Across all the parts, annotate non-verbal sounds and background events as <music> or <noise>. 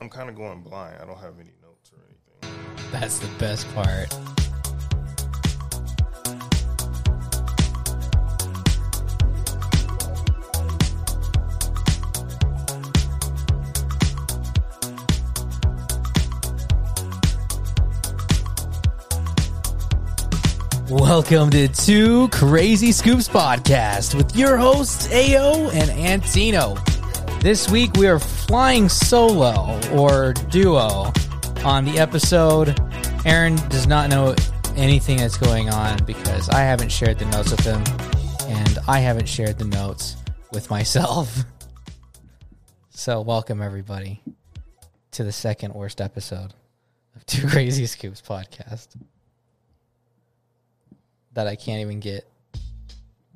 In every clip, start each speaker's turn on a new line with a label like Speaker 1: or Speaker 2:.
Speaker 1: I'm kind of going blind. I don't have any notes or anything.
Speaker 2: That's the best part. Welcome to Two Crazy Scoops Podcast with your hosts, AO and Antino. This week we are flying solo or duo on the episode. Aaron does not know anything that's going on because I haven't shared the notes with him and I haven't shared the notes with myself. <laughs> So, welcome everybody to the second worst episode of Two Crazy Scoops Podcast that I can't even get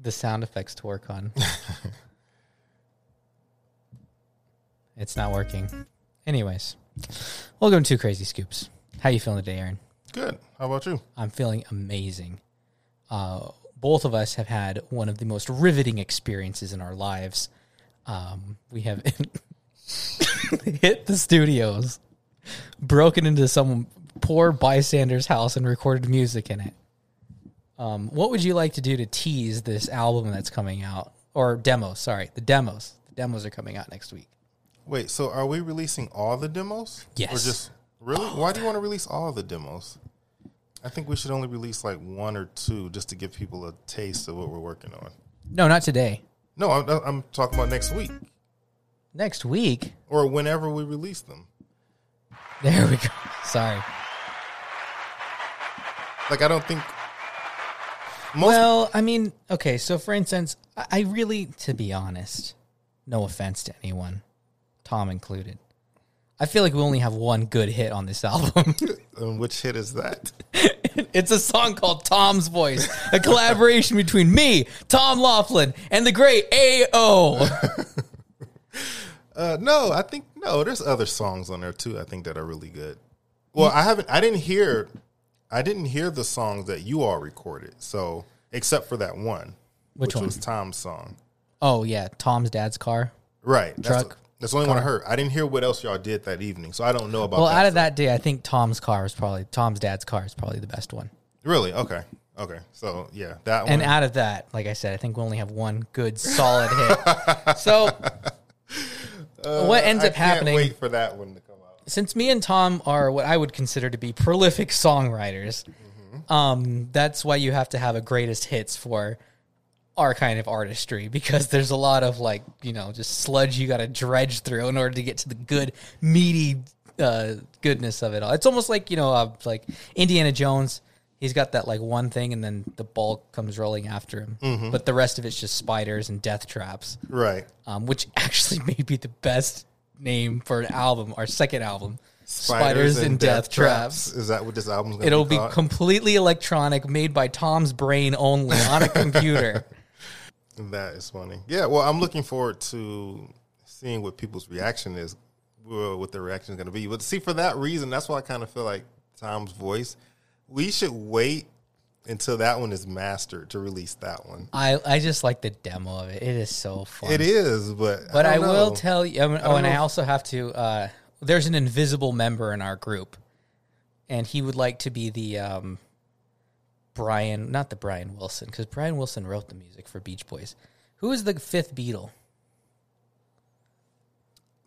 Speaker 2: the sound effects to work on. it's not working. Anyways, welcome to Crazy Scoops. How you feeling today, Aaron?
Speaker 1: Good. How about you?
Speaker 2: I'm feeling amazing. Uh, both of us have had one of the most riveting experiences in our lives. Um, we have <laughs> hit the studios, broken into some poor bystander's house, and recorded music in it. Um, what would you like to do to tease this album that's coming out, or demos? Sorry, the demos. The demos are coming out next week.
Speaker 1: Wait, so are we releasing all the demos?
Speaker 2: Yes.
Speaker 1: Or just really? Why do you want to release all the demos? I think we should only release like one or two just to give people a taste of what we're working on.
Speaker 2: No, not today.
Speaker 1: No, I'm, I'm talking about next week
Speaker 2: Next week. <laughs>
Speaker 1: or whenever we release them.
Speaker 2: There we go. Sorry.
Speaker 1: Like I don't think most
Speaker 2: Well, I mean, okay. So, for instance, I, I really, to be honest, no offense to anyone, Tom included, I feel like we only have one good hit on this <laughs> album.
Speaker 1: um, which hit is that?
Speaker 2: it's a song called Tom's Voice, a collaboration between me, Tom Laughlin, and the great AO.
Speaker 1: Uh, no, I think no. There's other songs on there too. I think that are really good. Well, I haven't. I didn't hear. I didn't hear the songs that you all recorded. So except for that one,
Speaker 2: Which one?
Speaker 1: was Tom's song,
Speaker 2: <laughs> Oh yeah, Tom's dad's car.
Speaker 1: right? That's,
Speaker 2: Truck,
Speaker 1: that's the only one I heard. I didn't hear what else y'all did that evening, so I don't know about.
Speaker 2: Well,
Speaker 1: that.
Speaker 2: out of that day, I think Tom's car is probably Tom's dad's car is probably the best one.
Speaker 1: really, okay, okay. So yeah, that
Speaker 2: And
Speaker 1: one.
Speaker 2: out of that, like I said, I think we only have one good solid
Speaker 1: <laughs>
Speaker 2: hit. So what ends
Speaker 1: Uh, I
Speaker 2: up
Speaker 1: can't
Speaker 2: happening
Speaker 1: Wait for that one to come out.
Speaker 2: since me and Tom are what I would consider to be prolific songwriters, um, that's why you have to have a greatest hits for our kind of artistry because there's a lot of like you know just sludge you got to dredge through in order to get to the good meaty uh, goodness of it all. It's almost like you know uh, like Indiana Jones. He's got that like one thing, and then the ball comes rolling after him. But the rest of it's just spiders and death traps
Speaker 1: Right,
Speaker 2: um, which <laughs> actually may be the best name for an album, our second album, Spiders, and, Death, Traps.
Speaker 1: Is that what this album's? Gonna
Speaker 2: It'll be
Speaker 1: called?
Speaker 2: completely electronic, made by Tom's brain only <laughs> on a computer.
Speaker 1: That is funny. Yeah, well, I'm looking forward to seeing what people's reaction is, well, what their reaction is going to be. But see, for that reason, that's why I kind of feel like Tom's voice. We should wait until that one is mastered to release that one.
Speaker 2: I, I just like the demo of it. It is so fun.
Speaker 1: It is, but
Speaker 2: but I,
Speaker 1: don't
Speaker 2: will
Speaker 1: know.
Speaker 2: tell you. I mean, oh, and I also have to. Uh, there's an invisible member in our group, and he would like to be the um, Brian, not the Brian Wilson, because Brian Wilson wrote the music for Beach Boys. Who is the fifth Beatle?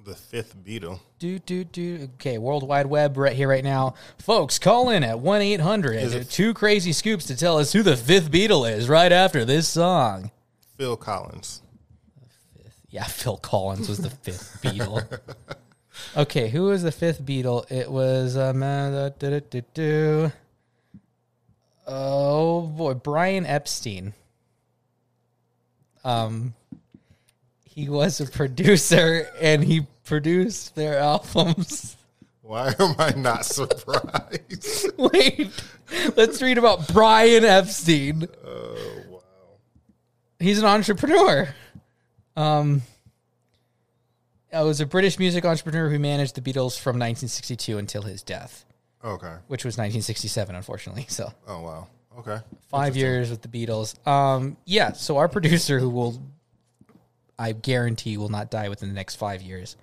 Speaker 1: the fifth Beatle.
Speaker 2: Do, do, do. Okay, World Wide Web right here, right now. Folks, call in at 1 800
Speaker 1: it-
Speaker 2: 2 Crazy Scoops to tell us who the fifth Beatle is right after this song.
Speaker 1: Phil Collins.
Speaker 2: Yeah, Phil Collins was the fifth Beatle. Okay, who was the fifth Beatle? It was. Um, uh, da- da- da- da- do. Oh, boy. Brian Epstein. Um, he was a producer and he produced their <laughs> albums.
Speaker 1: Why <laughs> am I not surprised?
Speaker 2: <laughs> Wait, let's read about Brian Epstein.
Speaker 1: oh wow!
Speaker 2: He's an entrepreneur. Um, I was a British music entrepreneur who managed the Beatles from 1962 until his death,
Speaker 1: Okay.
Speaker 2: which was 1967, unfortunately. So
Speaker 1: Oh wow. Okay.
Speaker 2: five years with the Beatles. Um, yeah. So our producer, who will, I guarantee, will not die within the next five years,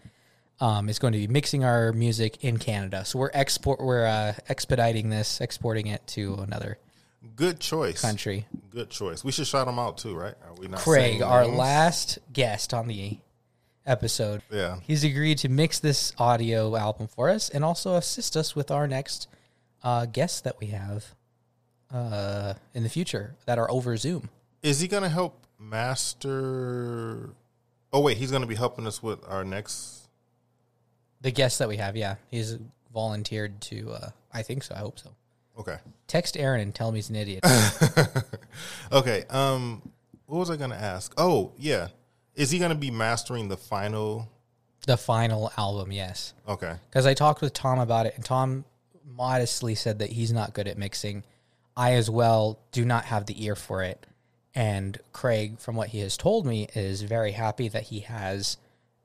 Speaker 2: um, is going to be mixing our music in Canada. So we're export we're uh, expediting this, exporting it to another
Speaker 1: Good choice.
Speaker 2: country.
Speaker 1: Good choice. We should shout them out too, right? Are we not
Speaker 2: Craig,
Speaker 1: saying
Speaker 2: our
Speaker 1: names?
Speaker 2: last guest on the episode,
Speaker 1: Yeah.
Speaker 2: he's agreed to mix this audio album for us and also assist us with our next uh, guest that we have uh, in the future that are over Zoom.
Speaker 1: Is he gonna help master? Oh wait, he's gonna be helping us with our next.
Speaker 2: The guest that we have, yeah, he's volunteered to. Uh, I think so. I hope so.
Speaker 1: Okay.
Speaker 2: Text Aaron and tell him he's an idiot.
Speaker 1: okay. Um, what was I gonna ask? Oh yeah, is he gonna be mastering the final?
Speaker 2: the final album, yes.
Speaker 1: Okay.
Speaker 2: because I talked with Tom about it, and Tom modestly said that he's not good at mixing. I, as well, do not have the ear for it. And Craig, from what he has told me, is very happy that he has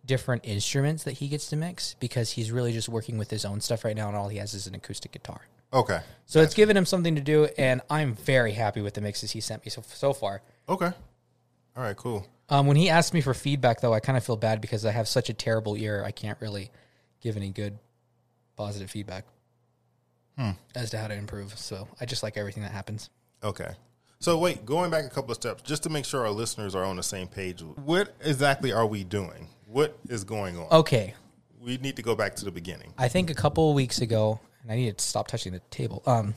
Speaker 2: different instruments that he gets to mix because he's really just working with his own stuff right now, and all he has is an acoustic guitar.
Speaker 1: Okay.
Speaker 2: So it's given him something to do, and I'm very happy with the mixes he sent me so, so far.
Speaker 1: Okay. All right. Cool.
Speaker 2: Um, when he asked me for feedback, though, I kind of feel bad because I have such a terrible ear. I can't really give any good positive feedback as to how to improve. So I just like everything that happens.
Speaker 1: Okay. So wait, going back a couple of steps, just to make sure our listeners are on the same page. What exactly are we doing? What is going on?
Speaker 2: Okay.
Speaker 1: We need to go back to the beginning.
Speaker 2: I think a couple of weeks ago, and I need to stop touching the table. Um,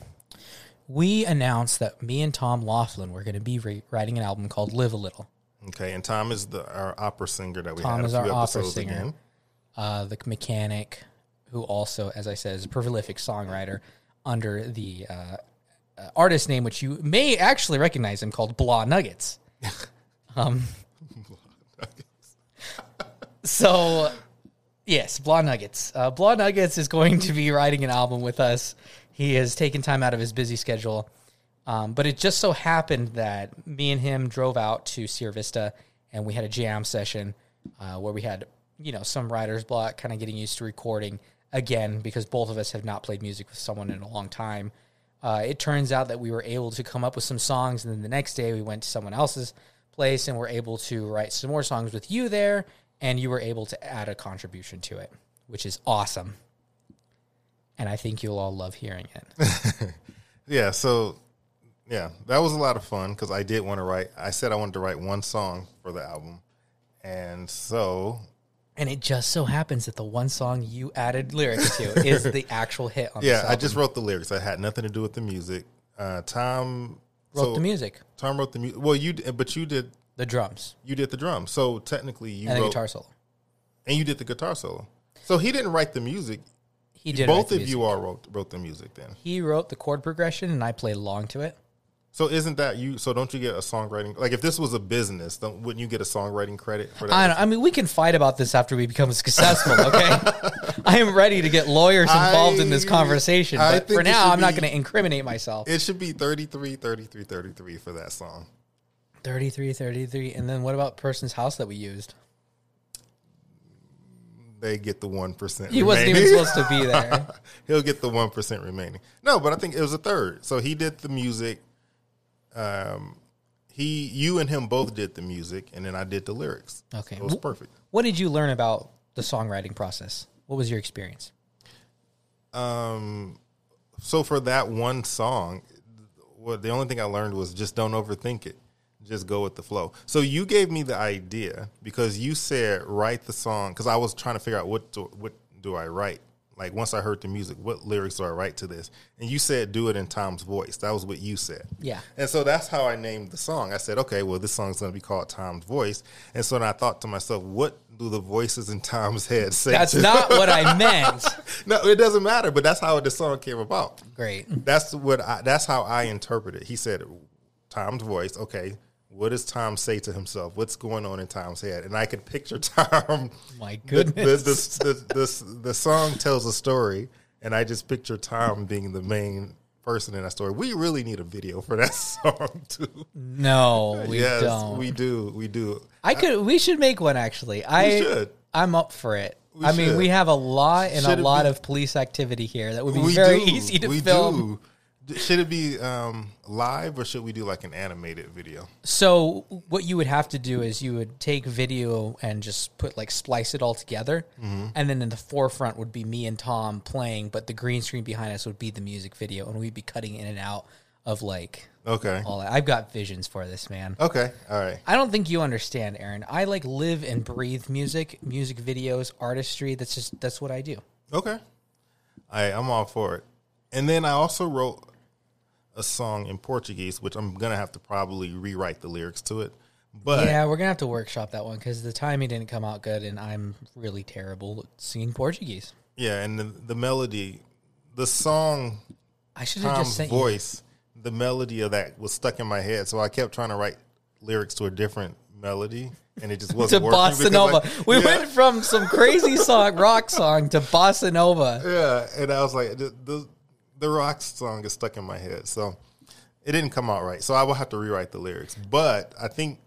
Speaker 2: we announced that me and Tom Laughlin were going to be re- writing an album called Live a Little.
Speaker 1: Okay. And Tom is the our opera singer that we
Speaker 2: Tom
Speaker 1: had a
Speaker 2: is
Speaker 1: few
Speaker 2: our opera
Speaker 1: episodes
Speaker 2: singer,
Speaker 1: again.
Speaker 2: uh, the mechanic, who also, as I said, is a prolific songwriter under the uh, uh, artist name, which you may actually recognize him, called Blah Nuggets. um, <laughs> so, yes, Blah Nuggets. Uh, Blah Nuggets is going to be writing an album with us. He has taken time out of his busy schedule. Um, but it just so happened that me and him drove out to Sierra Vista and we had a jam session uh, where we had, you know, some writer's block, kind of getting used to recording again because both of us have not played music with someone in a long time. Uh, it turns out that we were able to come up with some songs, and then the next day we went to someone else's place and were able to write some more songs with you there, and you were able to add a contribution to it, which is awesome. And I think you'll all love hearing it.
Speaker 1: Yeah. So, yeah, that was a lot of fun because I did want to write. I said I wanted to write one song for the album, and so
Speaker 2: And it just so happens that the one song you added
Speaker 1: <laughs>
Speaker 2: lyrics to is the actual hit on
Speaker 1: yeah,
Speaker 2: this
Speaker 1: I
Speaker 2: album.
Speaker 1: just wrote the lyrics. I had nothing to do with the music. Uh, Tom
Speaker 2: wrote
Speaker 1: so
Speaker 2: the music,
Speaker 1: Tom wrote the music. Well, you d- but you did
Speaker 2: the drums,
Speaker 1: you did the drums. So technically, you
Speaker 2: and the
Speaker 1: wrote
Speaker 2: guitar solo.
Speaker 1: and you did the guitar solo. So he didn't write the music.
Speaker 2: He did write
Speaker 1: Both
Speaker 2: the
Speaker 1: of
Speaker 2: music.
Speaker 1: you all wrote wrote the music then.
Speaker 2: He wrote the chord progression, and I played along to it.
Speaker 1: So isn't that you? So don't you get a songwriting? Like if this was a business, don't, wouldn't you get a songwriting credit for that?
Speaker 2: I, don't, I mean, we can fight about this after we become <laughs> successful.
Speaker 1: <laughs>
Speaker 2: Okay, I am ready to get lawyers involved in this
Speaker 1: I-
Speaker 2: conversation,
Speaker 1: I
Speaker 2: but
Speaker 1: think
Speaker 2: for
Speaker 1: it
Speaker 2: now,
Speaker 1: should
Speaker 2: I'm not
Speaker 1: be-
Speaker 2: going to incriminate myself.
Speaker 1: It should be 33, 33, 33 for that song.
Speaker 2: 33, 33, and then what about person's house that we used?
Speaker 1: They get the one percent.
Speaker 2: He wasn't even supposed to
Speaker 1: <laughs>
Speaker 2: be there.
Speaker 1: He'll get the one percent remaining. No, but I think it was a third. So he did the music. Um, he, you, and him both did the music, and then I did the lyrics.
Speaker 2: Okay.
Speaker 1: it was perfect.
Speaker 2: What did you learn about the songwriting process? What was your experience?
Speaker 1: Um, so for that one song, what the only thing I learned was just don't overthink it. Just go with the flow. So you gave me the idea because you said write the song because I was trying to figure out what do, what do I write. Like once I heard the music, what lyrics do I write to this? And you said do it in Tom's voice. That was what you said.
Speaker 2: Yeah.
Speaker 1: And so that's how I named the song. I said, okay, well this song's going to be called Tom's voice. And so then I thought to myself, what do the voices in Tom's head <laughs> say?
Speaker 2: That's
Speaker 1: to-
Speaker 2: not what I meant.
Speaker 1: no, it doesn't matter. But that's how the song came about.
Speaker 2: <laughs> Great.
Speaker 1: That's what I, that's how I interpret it. He said, "Tom's voice." Okay, what does Tom say to himself? What's going on in Tom's head? And I could picture <laughs> Tom.
Speaker 2: My
Speaker 1: the-
Speaker 2: goodness.
Speaker 1: The, the, the, the, the song tells a story, and I just picture Tom being the main person in that story. We really need a video for that <laughs> song too.
Speaker 2: No, we
Speaker 1: yes,
Speaker 2: don't.
Speaker 1: we do. We do.
Speaker 2: I could. We should make one actually. I
Speaker 1: should.
Speaker 2: I'm up for it. I mean,
Speaker 1: should.
Speaker 2: we have a lot and
Speaker 1: Should it
Speaker 2: a lot
Speaker 1: be-
Speaker 2: of police activity here that would be
Speaker 1: We
Speaker 2: very
Speaker 1: do.
Speaker 2: easy to
Speaker 1: we
Speaker 2: film.
Speaker 1: do. D- Should it be um, live or should we do like an animated video?
Speaker 2: So what you would have to do is you would take video and just put like splice it all together,
Speaker 1: Mm-hmm.
Speaker 2: and then in the forefront would be me and Tom playing, but the green screen behind us would be the music video, and we'd be cutting in and out of like
Speaker 1: Okay.
Speaker 2: all that. I've got visions for this man.
Speaker 1: Okay. All right.
Speaker 2: I don't think you understand, Aaron. I like live and breathe music, music videos, artistry. That's just that's what I do.
Speaker 1: Okay. I I'm all for it. And then I also wrote a song in Portuguese, which I'm gonna have to probably rewrite the lyrics to it. But
Speaker 2: Yeah, we're gonna have to workshop that one because the timing didn't come out good, and I'm really terrible at singing Portuguese.
Speaker 1: yeah, and the, the melody, the song
Speaker 2: I should have just
Speaker 1: Tom's
Speaker 2: sent you.
Speaker 1: voice, the melody of that was stuck in my head, so I kept trying to write lyrics to a different melody, and it just
Speaker 2: <laughs> to
Speaker 1: wasn't working.
Speaker 2: bossa
Speaker 1: because
Speaker 2: nova.
Speaker 1: I-
Speaker 2: we
Speaker 1: yeah,
Speaker 2: went from some crazy song, rock song, to bossa nova.
Speaker 1: yeah, and I was like, the, the the rock song is stuck in my head, so it didn't come out right. So I will have to rewrite the lyrics, but I think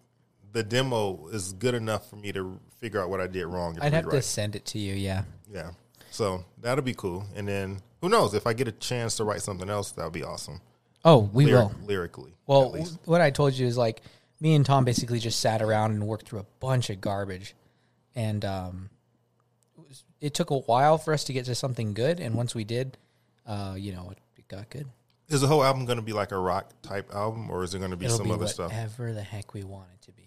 Speaker 1: the demo is good enough for me to figure out what I did wrong.
Speaker 2: I'd
Speaker 1: And
Speaker 2: have
Speaker 1: rewrite.
Speaker 2: to send it to you. Yeah,
Speaker 1: yeah. So that'll be cool, and then who knows if I get a chance to write something else, that'll be awesome.
Speaker 2: Oh, we
Speaker 1: Lyric,
Speaker 2: will.
Speaker 1: lyrically,
Speaker 2: Well,
Speaker 1: at least.
Speaker 2: what I told you is like me and Tom basically just sat around and worked through a bunch of garbage, and um, it, was, it took a while for us to get to something good. And once we did, uh, you know, it, it got good.
Speaker 1: Is the whole album going to be like a rock type album, or is it going to be
Speaker 2: It'll
Speaker 1: some
Speaker 2: be
Speaker 1: other
Speaker 2: whatever
Speaker 1: stuff?
Speaker 2: the heck we want it to be.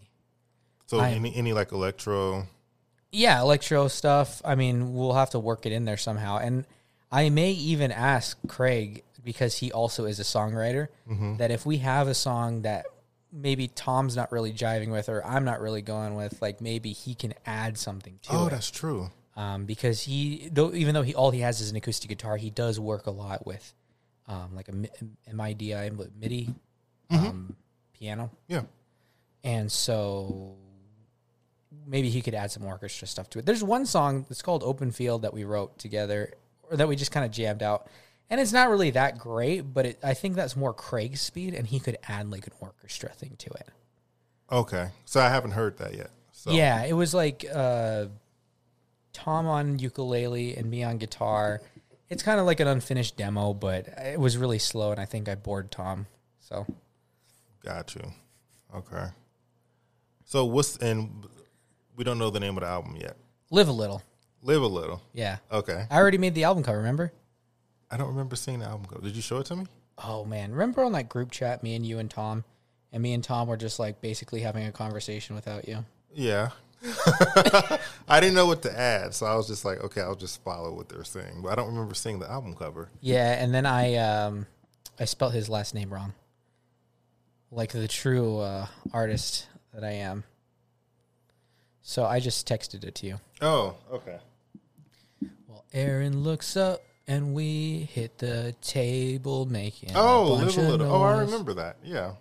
Speaker 1: So
Speaker 2: I-
Speaker 1: any any like electro?
Speaker 2: yeah, electro stuff. I mean, we'll have to work it in there somehow. And I may even ask Craig because he also is a songwriter that if we have a song that maybe Tom's not really jiving with or I'm not really going with, like maybe he can add something to
Speaker 1: Oh,
Speaker 2: it.
Speaker 1: that's true.
Speaker 2: Um, because he, though, even though he all he has is an acoustic guitar, he does work a lot with, um, like a mi- MIDI MIDI um, piano.
Speaker 1: Yeah,
Speaker 2: And so maybe he could add some orchestra stuff to it. There's one song that's called Open Field that we wrote together or that we just kind of jammed out. And it's not really that great, but it, I think that's more Craig's speed and he could add like an orchestra thing to it.
Speaker 1: okay. So I haven't heard that yet. So
Speaker 2: Yeah, it was like uh, Tom on ukulele and me on guitar. It's kind of like an unfinished demo, but it was really slow and I think I bored Tom. So
Speaker 1: got you. Okay. So what's and we don't know the name of the album yet.
Speaker 2: live a little.
Speaker 1: Live a little.
Speaker 2: Yeah.
Speaker 1: Okay.
Speaker 2: I already made the album cover, remember?
Speaker 1: I don't remember seeing the album cover. Did you show it to me?
Speaker 2: Oh man, remember on that group chat, me and you and Tom, and me and Tom were just like basically having a conversation without you.
Speaker 1: Yeah. <laughs> I didn't know what to add, so I was just like, okay, I'll just follow what they're saying. But I don't remember seeing the album cover.
Speaker 2: Yeah, and then I um, I spelt his last name wrong, like the true uh, artist that I am. So I just texted it to you.
Speaker 1: Oh, okay.
Speaker 2: Well, Aaron looks up and we hit the table, making
Speaker 1: Oh,
Speaker 2: a bunch
Speaker 1: live a
Speaker 2: of
Speaker 1: little. Oh, I
Speaker 2: noise.
Speaker 1: remember that. Yeah.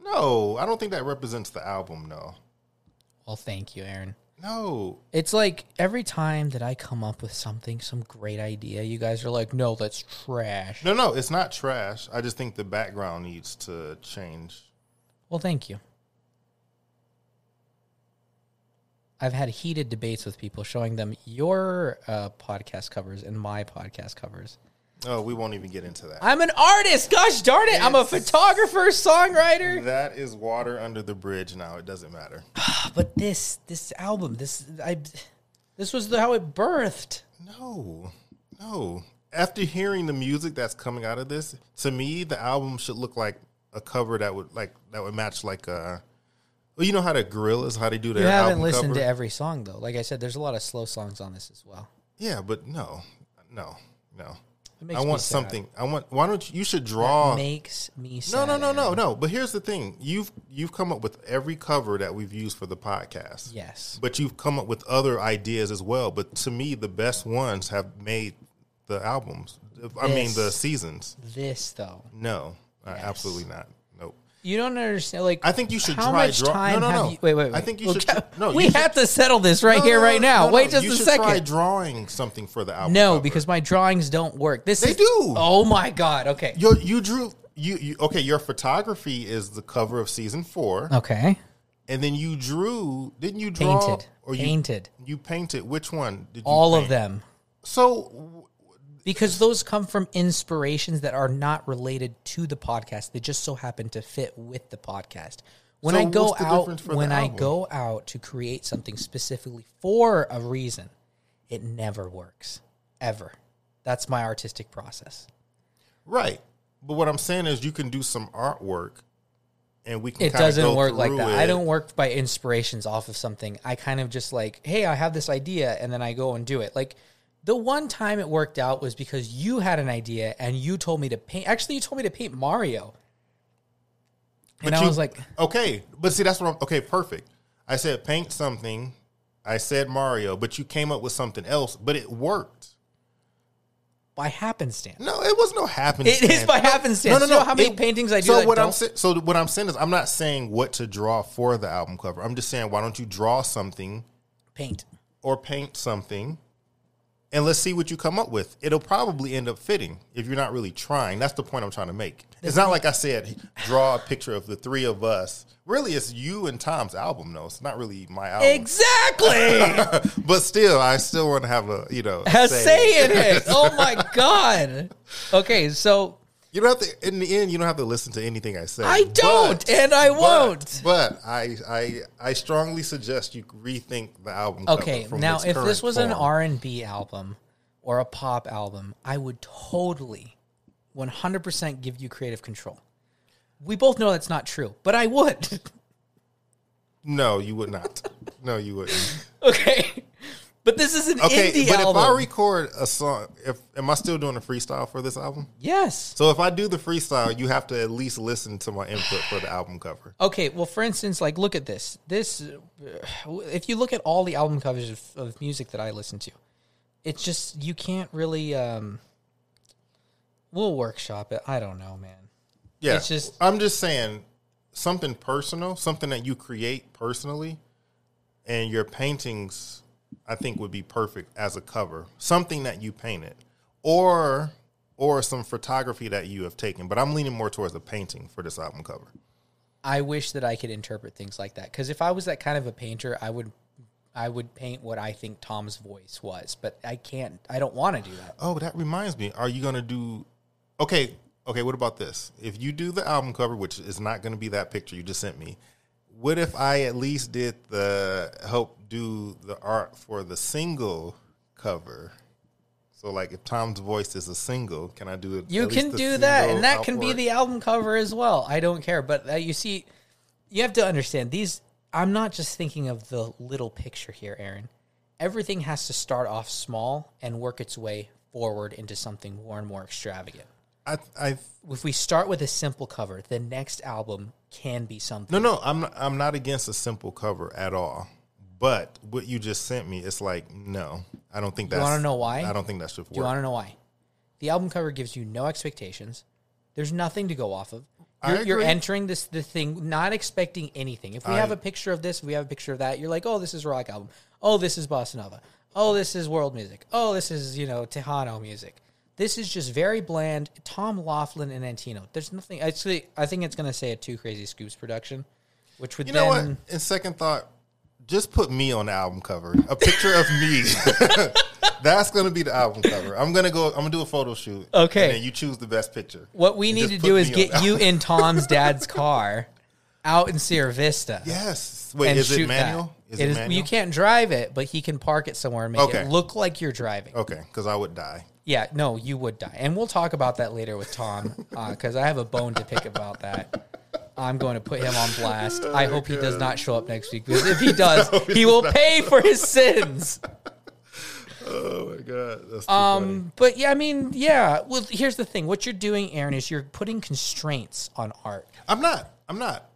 Speaker 1: No, I don't think that represents the album. No.
Speaker 2: Well, thank you, Aaron.
Speaker 1: No.
Speaker 2: It's like every time that I come up with something, some great idea, you guys are like, "No, that's trash."
Speaker 1: No, no, it's not trash. I just think the background needs to change.
Speaker 2: Well, thank you. I've had heated debates with people showing them your uh, podcast covers and my podcast covers.
Speaker 1: Oh, we won't even get into that.
Speaker 2: I'm an artist. Gosh darn it. I'm a photographer, songwriter.
Speaker 1: That is water under the bridge now. It doesn't matter.
Speaker 2: Ah, But this, this album, this, I, this was the, how it birthed.
Speaker 1: No. No. After hearing the music that's coming out of this, to me the album should look like a cover that would like that would match like a well, you know how the gorillas, how they do their
Speaker 2: You haven't
Speaker 1: album
Speaker 2: listened
Speaker 1: cover?
Speaker 2: to every song though. Like I said, there's a lot of slow songs on this as well.
Speaker 1: Yeah, but no. No. No.
Speaker 2: It makes
Speaker 1: I
Speaker 2: me
Speaker 1: want
Speaker 2: sad.
Speaker 1: something. I want why don't you you should draw
Speaker 2: Makes me
Speaker 1: No,
Speaker 2: sad.
Speaker 1: no, no,
Speaker 2: Aaron.
Speaker 1: no, no. But here's the thing: you've you've come up with every cover that we've used for the podcast.
Speaker 2: Yes.
Speaker 1: But you've come up with other ideas as well. But to me, the best ones have made the albums. I mean,
Speaker 2: This.
Speaker 1: the seasons.
Speaker 2: This though.
Speaker 1: No, I- absolutely not. Nope.
Speaker 2: You don't understand. Like,
Speaker 1: I think you should
Speaker 2: How
Speaker 1: try
Speaker 2: much
Speaker 1: draw- no,
Speaker 2: time
Speaker 1: no,
Speaker 2: have
Speaker 1: no.
Speaker 2: you? Wait, wait, wait.
Speaker 1: I think you
Speaker 2: Well,
Speaker 1: should
Speaker 2: ca-
Speaker 1: tr- no,
Speaker 2: we
Speaker 1: you should-
Speaker 2: have to settle this right here, right
Speaker 1: No,
Speaker 2: now.
Speaker 1: no,
Speaker 2: wait just
Speaker 1: you
Speaker 2: a
Speaker 1: should
Speaker 2: second.
Speaker 1: Try drawing something for the album.
Speaker 2: no,
Speaker 1: cover.
Speaker 2: because my drawings don't work. This
Speaker 1: They
Speaker 2: is,
Speaker 1: do.
Speaker 2: Oh my god. Okay.
Speaker 1: you you drew you, you okay. Your photography is the cover of season four,
Speaker 2: okay.
Speaker 1: and then you drew. Didn't you draw
Speaker 2: Painted.
Speaker 1: or you
Speaker 2: painted.
Speaker 1: You painted which one? Did you
Speaker 2: All of
Speaker 1: paint?
Speaker 2: them.
Speaker 1: So w-
Speaker 2: because those come from inspirations that are not related to the podcast. They just so happen to fit with the podcast. When
Speaker 1: So
Speaker 2: I go
Speaker 1: what's the difference
Speaker 2: out,
Speaker 1: for the
Speaker 2: when I
Speaker 1: album?
Speaker 2: go out to create something specifically for a reason, it never works ever. That's my artistic process.
Speaker 1: Right. But what I'm saying is you can do some artwork and we can
Speaker 2: It
Speaker 1: kinda
Speaker 2: doesn't
Speaker 1: go
Speaker 2: work like
Speaker 1: through
Speaker 2: that.
Speaker 1: it.
Speaker 2: I don't work by inspirations off of something. I kind of just like, hey, I have this idea, and then I go and do it. Like the one time it worked out was because you had an idea and you told me to paint. Actually, you told me to paint Mario, and I
Speaker 1: you-
Speaker 2: was like,
Speaker 1: okay, but see, that's what I'm okay. Perfect. I said paint something. I said Mario, but you came up with something else, but it worked.
Speaker 2: by happenstance.
Speaker 1: No, it was no happenstance.
Speaker 2: <laughs> It is by happenstance. No, no, no. how many
Speaker 1: It-
Speaker 2: paintings I do?
Speaker 1: So
Speaker 2: that
Speaker 1: what I'm
Speaker 2: don't-
Speaker 1: sa- so what I'm saying is I'm not saying what to draw for the album cover. I'm just saying why don't you draw something
Speaker 2: paint.
Speaker 1: or paint something and let's see what you come up with. It'll probably end up fitting if you're not really trying. That's the point I'm trying to make. It's not like I said, draw a picture of the three of us. Really, it's you and Tom's album, though. It's not really my album.
Speaker 2: <laughs>
Speaker 1: <laughs>
Speaker 2: Exactly.
Speaker 1: but still, I still want to have a, you know,
Speaker 2: A
Speaker 1: say.
Speaker 2: say in it. Oh my god. Okay, so
Speaker 1: You don't have to, in the end, you don't have to listen to anything I say.
Speaker 2: I don't,
Speaker 1: But-
Speaker 2: and I won't.
Speaker 1: But, but I, I, I strongly suggest you rethink the album. cover
Speaker 2: okay
Speaker 1: from
Speaker 2: now
Speaker 1: its
Speaker 2: if this
Speaker 1: current
Speaker 2: was an
Speaker 1: form.
Speaker 2: r&b album or a pop album i would totally 100% give you creative control we both know that's not true but i would <laughs>
Speaker 1: no, you would not. No, you wouldn't.
Speaker 2: okay but this is an
Speaker 1: Okay,
Speaker 2: indie
Speaker 1: but
Speaker 2: album
Speaker 1: if I record a song, if am I still doing a freestyle for this album?
Speaker 2: yes
Speaker 1: So if I do the freestyle, you have to at least listen to my input for the album cover.
Speaker 2: okay well for instance like look at this this uh, if you look at all the album covers of, of music that i listen to it's just you can't really um we'll workshop it i don't know man
Speaker 1: Yeah,
Speaker 2: It's just-
Speaker 1: I'm just saying something personal, something that you create personally, and your paintings, I think, would be perfect as a cover. Something that you painted, or or some photography that you have taken. But I'm leaning more towards a painting for this album cover.
Speaker 2: I wish that I could interpret things like that because if I was that kind of a painter, I would I would paint what I think Tom's voice was, but I can't. I don't want to do that.
Speaker 1: Oh, that reminds me. Are you gonna do? Okay, okay. What about this? If you do the album cover, which is not gonna be that picture you just sent me, what if I at least did the help do the art for the single cover? So, like, if Tom's voice is a single, can I do it?
Speaker 2: You can do that, and that can be the album cover as well. I don't care, but uh, you see, you have to understand these. I'm not just thinking of the little picture here, Aaron. Everything has to start off small and work its way forward into something more and more extravagant.
Speaker 1: I, I
Speaker 2: If we start with a simple cover, the next album can be something.
Speaker 1: no, no. I'm not, I'm not against a simple cover at all. But what you just sent me, it's like no, I don't think that's.
Speaker 2: wanna know why?
Speaker 1: I don't think that should work.
Speaker 2: Do you want to know why? The album cover gives you no expectations. There's nothing to go off of.
Speaker 1: I
Speaker 2: You're, you're
Speaker 1: agree.
Speaker 2: entering this the thing not expecting anything. If we have a picture of this, if we have a picture of that, you're like, oh, this is rock album. Oh, this is bossa nova. Oh, this is world music. Oh, this is you know Tejano music. This is just very bland. Tom Laughlin and Antino. There's nothing. Actually, I think it's gonna say a two crazy scoops production, which would
Speaker 1: You
Speaker 2: then
Speaker 1: know what? In second thought, just put me on the album cover. A picture of me. <laughs> That's gonna be the album cover. I'm gonna go. I'm gonna do a photo shoot.
Speaker 2: Okay.
Speaker 1: And then you choose the best picture.
Speaker 2: what we
Speaker 1: And
Speaker 2: need
Speaker 1: just
Speaker 2: to
Speaker 1: put
Speaker 2: do is
Speaker 1: me on the
Speaker 2: get
Speaker 1: album.
Speaker 2: you
Speaker 1: <laughs>
Speaker 2: in Tom's dad's car out in Sierra Vista.
Speaker 1: Yes. Wait.
Speaker 2: and
Speaker 1: Is
Speaker 2: shoot
Speaker 1: it manual?
Speaker 2: that.
Speaker 1: Is it, manual?
Speaker 2: You can't drive it, but he can park it somewhere and make
Speaker 1: Okay.
Speaker 2: it look like you're driving.
Speaker 1: Okay. Because I would die.
Speaker 2: Yeah, no, you would die, and we'll talk about that later with Tom because I have a bone to pick about that. I'm going to put him on blast. I
Speaker 1: Oh,
Speaker 2: hope he does not show up next week because
Speaker 1: <laughs>
Speaker 2: if he does, he will pay for his sins.
Speaker 1: Oh my god. That's too funny.
Speaker 2: Um, but yeah, I mean, yeah. Well, here's the thing: what you're doing, Aaron, is you're putting constraints on art.
Speaker 1: I'm not. I'm not.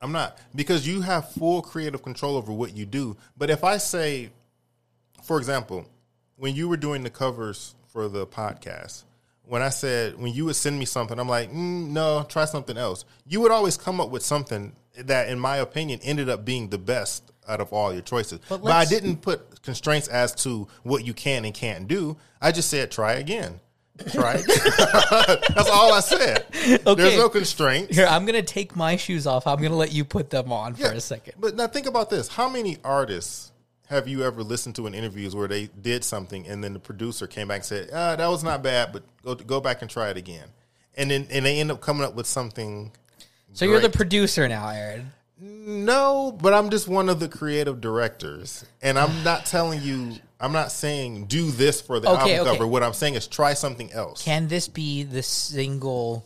Speaker 1: I'm not because you have full creative control over what you do. But if I say, for example, when you were doing the covers for the podcast, when I said when you would send me something, I'm like, mm, no, try something else. You would always come up with something that, in my opinion, ended up being the best out of all your choices. But, I
Speaker 2: let's-
Speaker 1: didn't put constraints as to what you can and can't do. I just said try again. Try. <laughs> again. That's all I said.
Speaker 2: <laughs> Okay.
Speaker 1: There's no constraints.
Speaker 2: Here, I'm gonna take my shoes off. I'm gonna let you put them on for a second.
Speaker 1: But now think about this: how many artists have you ever listened to an interviews where they did something and then the producer came back and said, ah, "That was not bad, but go go back and try it again," and then and they end up coming up with something.
Speaker 2: So you're the
Speaker 1: great.
Speaker 2: producer now, Aaron.
Speaker 1: No, but I'm just one of the creative directors, and I'm not telling you. I'm not saying do this for the
Speaker 2: Okay,
Speaker 1: album
Speaker 2: okay.
Speaker 1: cover. What I'm saying is try something else.
Speaker 2: Can this be the single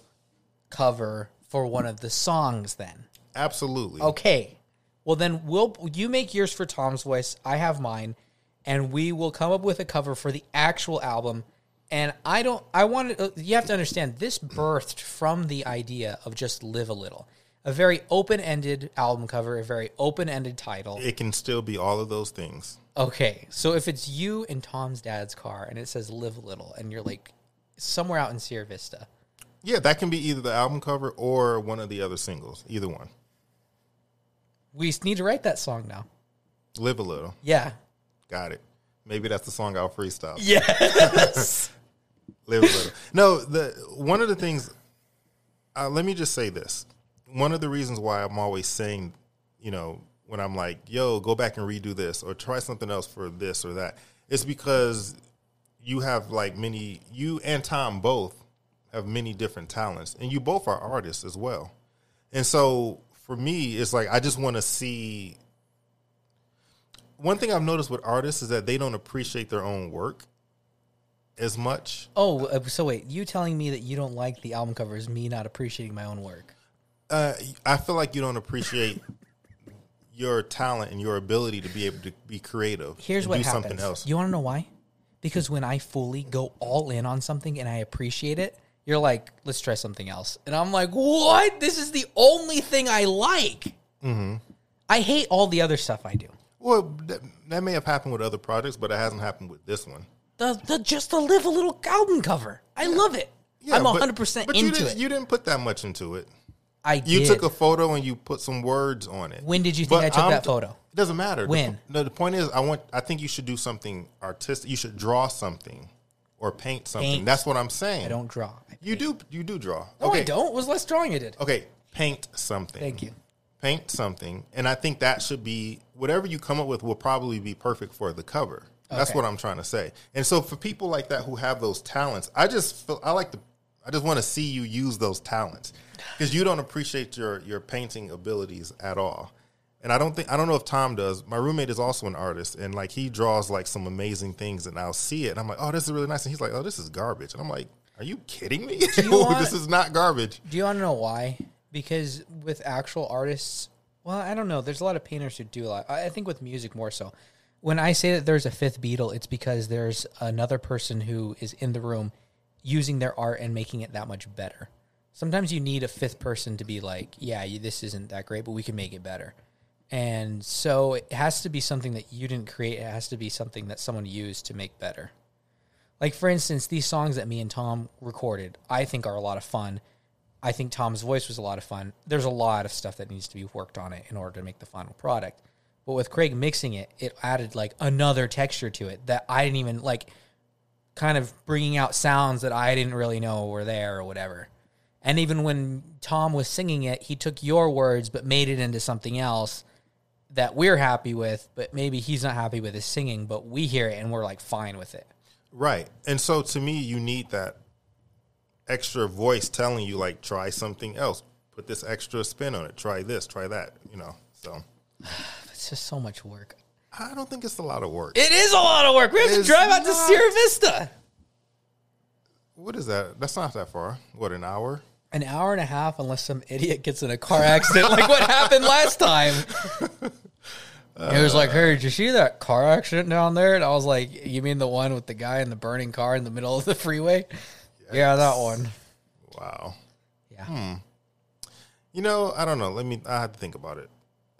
Speaker 2: cover for one of the songs then?
Speaker 1: Absolutely.
Speaker 2: Okay. Well then we'll you make yours for Tom's voice, I have mine, and we will come up with a cover for the actual album. And I don't I want to uh, you have to understand this birthed from the idea of just live a little. A very open-ended album cover, a very open-ended title.
Speaker 1: It can still be all of those things.
Speaker 2: Okay, so if it's you in Tom's dad's car and it says "Live Little" and you're like somewhere out in Sierra Vista,
Speaker 1: Yeah, that can be either the album cover or one of the other singles. Either one.
Speaker 2: we s- need to write that song now.
Speaker 1: Live a little.
Speaker 2: Yeah,
Speaker 1: Got it. Maybe that's the song I'll freestyle.
Speaker 2: yes. <laughs>
Speaker 1: Live a little. No, the one of the things. Uh, let me just say this. One of the reasons why I'm always saying, you know, when I'm like, "Yo, go back and redo this," or try something else for this or that, it's because you have like many. You and Tom both have many different talents, and you both are artists as well. And so for me, it's like I just want to see. One thing I've noticed with artists is that they don't appreciate their own work as much.
Speaker 2: oh, uh, so wait, you telling me that you don't like the album cover is me not appreciating my own work?
Speaker 1: uh, I feel like you don't appreciate your talent and your ability to be able to be creative.
Speaker 2: Here's
Speaker 1: and
Speaker 2: what
Speaker 1: do
Speaker 2: happens.
Speaker 1: something else.
Speaker 2: You want to know why? Because when I fully go all in on something and I appreciate it, you're like, "Let's try something else," and I'm like, "What? This is the only thing I like."
Speaker 1: Mm-hmm.
Speaker 2: I hate all the other stuff I do.
Speaker 1: well, that, that may have happened with other projects, but it hasn't happened with this one.
Speaker 2: the, the just the live a little album cover. I love it.
Speaker 1: Yeah,
Speaker 2: I'm
Speaker 1: but-
Speaker 2: 100 percent
Speaker 1: but you
Speaker 2: into
Speaker 1: didn't,
Speaker 2: it.
Speaker 1: You didn't put that much into it.
Speaker 2: I
Speaker 1: You
Speaker 2: did.
Speaker 1: took a photo and you put some words on it.
Speaker 2: when did you think
Speaker 1: But
Speaker 2: I took
Speaker 1: I'm-
Speaker 2: that photo?
Speaker 1: It doesn't matter. The
Speaker 2: When?
Speaker 1: po- no, the point is, I want. I think you should do something artistic. You should draw something or paint something.
Speaker 2: Paint.
Speaker 1: That's what I'm saying.
Speaker 2: I don't draw.
Speaker 1: You do. You do draw.
Speaker 2: No, I don't. It was less drawing I did.
Speaker 1: Okay, paint something.
Speaker 2: Thank you.
Speaker 1: paint something and i think that should be whatever you come up with will probably be perfect for the cover that's
Speaker 2: Okay.
Speaker 1: what i'm trying to say and so for people like that who have those talents i just feel i like to i just want to see you use those talents because you don't appreciate your your painting abilities at all and i don't think i don't know if tom does my roommate is also an artist and like he draws like some amazing things and i'll see it and i'm like oh this is really nice and he's like oh this is garbage and i'm like are you kidding me <laughs>
Speaker 2: want-
Speaker 1: this is not garbage
Speaker 2: Do you want to know why? Because with actual artists, well, I don't know. There's a lot of painters who do a lot. I I think with music more so. When I say that there's a fifth Beatle, it's because there's another person who is in the room using their art and making it that much better. Sometimes you need a fifth person to be like, yeah, you, this isn't that great, but we can make it better. And so it has to be something that you didn't create. It has to be something that someone used to make better. Like for instance, these songs that me and Tom recorded, I think are a lot of fun. I think Tom's voice was a lot of fun. There's a lot of stuff that needs to be worked on it in order to make the final product. But with Craig mixing it, it added like another texture to it that I didn't even like kind of bringing out sounds that I didn't really know were there or whatever. And even when Tom was singing it, he took your words but made it into something else that we're happy with, but maybe he's not happy with his singing, but we hear it and we're like fine with it.
Speaker 1: Right. And so to me, you need that extra voice telling you, like, try something else, put this extra spin on it, try this, try that, you know. So
Speaker 2: It's just so much work.
Speaker 1: I don't think it's a lot of work.
Speaker 2: It is a lot of work. We have to
Speaker 1: It's
Speaker 2: drive out to
Speaker 1: not.
Speaker 2: Sierra Vista.
Speaker 1: what is that? That's not that far. What, an hour?
Speaker 2: An hour and a half, unless some idiot gets in a car accident, like what happened last <laughs> time. it was like, hey, did you see that car accident down there? And I was like, you mean the one with the guy in the burning car in the middle of the freeway? Yeah, that one.
Speaker 1: Wow. Hmm.
Speaker 2: Yeah.
Speaker 1: You know, I don't know. Let me, I have to think about it.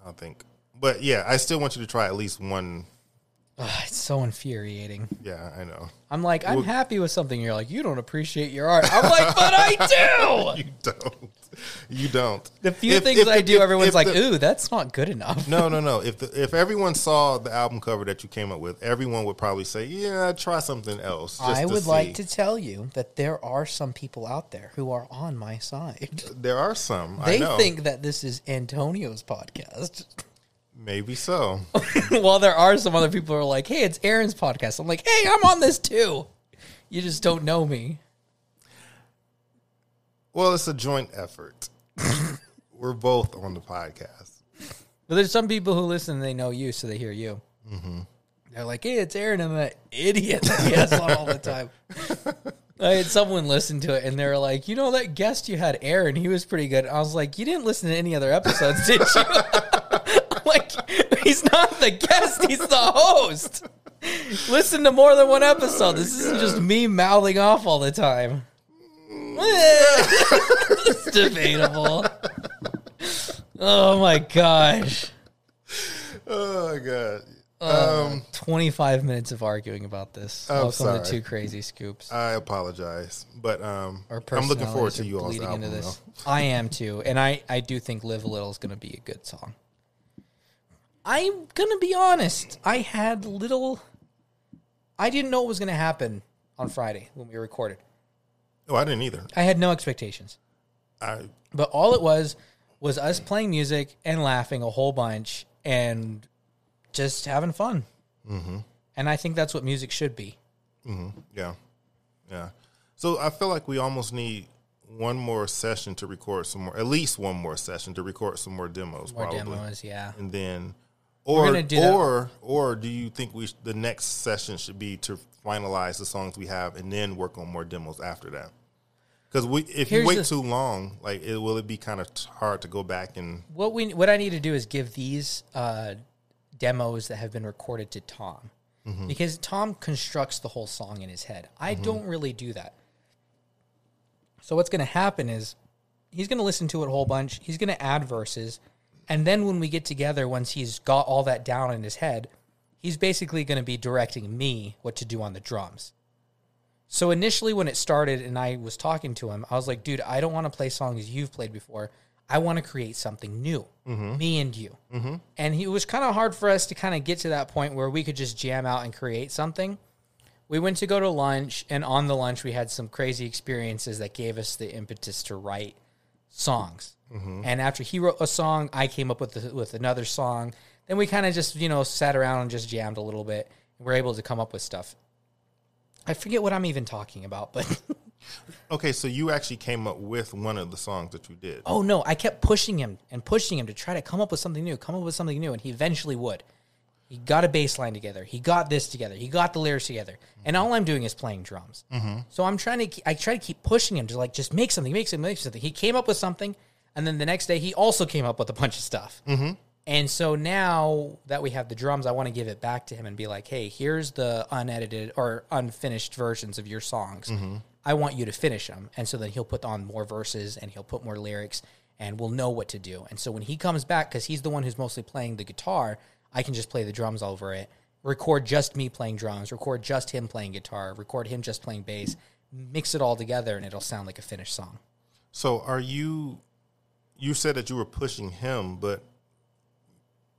Speaker 1: I'll think. But yeah, I still want you to try at least one.
Speaker 2: Ugh, it's so infuriating.
Speaker 1: Yeah, I know. <laughs>
Speaker 2: I'm like, I'm happy with something. You're like, you don't appreciate your art. I'm like, but <laughs> I do.
Speaker 1: You don't. You don't.
Speaker 2: The few
Speaker 1: If-
Speaker 2: things
Speaker 1: if-
Speaker 2: I do,
Speaker 1: if-
Speaker 2: everyone's
Speaker 1: if
Speaker 2: like,
Speaker 1: the-
Speaker 2: ooh, that's not good enough.
Speaker 1: No, no, no. If the, if everyone saw the album cover that you came up with, everyone would probably say, "Yeah, try something else." just
Speaker 2: I
Speaker 1: to
Speaker 2: would like
Speaker 1: see."
Speaker 2: to tell you that there are some people out there who are on my side.
Speaker 1: There are some. I
Speaker 2: They
Speaker 1: know.
Speaker 2: think that this is Antonio's podcast. <laughs>
Speaker 1: Maybe so.
Speaker 2: While there are some other people who are like, hey, it's Aaron's podcast. I'm like, hey, I'm on this too. You just don't know me.
Speaker 1: Well, it's a joint
Speaker 2: <laughs>
Speaker 1: effort. We're both on the podcast.
Speaker 2: But there's some people who listen and they know you, so they hear you. They're like, hey, it's Aaron and that idiot <laughs> that he has on all the time. I had someone listen to it and they were like, you know, that guest you had, Aaron, he was pretty good. I was like, you didn't listen to any other episodes, did you? <laughs> I'm like, he's not the guest, he's the host. Listen to more than one episode. This isn't just me mouthing off all the time. <laughs> it's debatable. Oh my gosh.
Speaker 1: Oh god.
Speaker 2: Uh,
Speaker 1: Um,
Speaker 2: 25 minutes of arguing about this.
Speaker 1: I'm
Speaker 2: Welcome
Speaker 1: Oh, sorry.
Speaker 2: to Two Crazy Scoops.
Speaker 1: I apologize, but um,
Speaker 2: Our
Speaker 1: I'm looking forward
Speaker 2: personalities
Speaker 1: to
Speaker 2: are
Speaker 1: you all's
Speaker 2: bleeding
Speaker 1: album. though.
Speaker 2: I am too, and I I do think "Live a Little" is going to be a good song. I'm gonna be honest. I had little. I didn't know what was going to happen on Friday when we recorded.
Speaker 1: No, Oh, I didn't either.
Speaker 2: I had no expectations,
Speaker 1: I
Speaker 2: but all it was was us playing music and laughing a whole bunch and just having fun. Mm-hmm. And I think that's what music should be.
Speaker 1: yeah, yeah. So I feel like we almost need one more session to record some more, at least one more session to record some more demos,
Speaker 2: More
Speaker 1: probably,
Speaker 2: demos, yeah.
Speaker 1: and then. Or,
Speaker 2: gonna do that.
Speaker 1: or or do you think we sh- the next session should be to finalize the songs we have and then work on more demos after that? Because we if
Speaker 2: Here's
Speaker 1: you wait
Speaker 2: the-
Speaker 1: too long, like it will it be kind of hard to go back and
Speaker 2: what we what I need to do is give these uh, demos that have been recorded to Tom because Tom constructs the whole song in his head. I don't really do that. So what's going to happen is he's going to listen to it a whole bunch. He's going to add verses, and then when we get together, once he's got all that down in his head, he's basically going to be directing me what to do on the drums. So initially, when it started and I was talking to him, I was like, dude, I don't want to play songs you've played before. I want to create something new, me and you. Mm-hmm. And he- it was kind of hard for us to kind of get to that point where we could just jam out and create something. We went to go to lunch, and on the lunch, we had some crazy experiences that gave us the impetus to write songs. And after he wrote a song, I came up with the, with another song. Then we kind of just you know sat around and just jammed a little bit. We were able to come up with stuff. I forget what I'm even talking about, but <laughs>
Speaker 1: Okay, so you actually came up with one of the songs that you did.
Speaker 2: oh no, I kept pushing him and pushing him to try to come up with something new, come up with something new, and he eventually would. He got a bass line together. He got this together. He got the lyrics together. And all I'm doing is playing drums. So I'm trying to, ke- I try to keep pushing him to like just make something, make something, make something. He came up with something, and then the next day he also came up with a bunch of stuff. And so now that we have the drums, I want to give it back to him and be like, hey, here's the unedited or unfinished versions of your songs. I want you to finish them. And so then he'll put on more verses and he'll put more lyrics and we'll know what to do. And so when he comes back, because he's the one who's mostly playing the guitar, I can just play the drums over it, record just me playing drums, record just him playing guitar, record him just playing bass, mix it all together, and it'll sound like a finished song.
Speaker 1: So are you you said that you were pushing him, but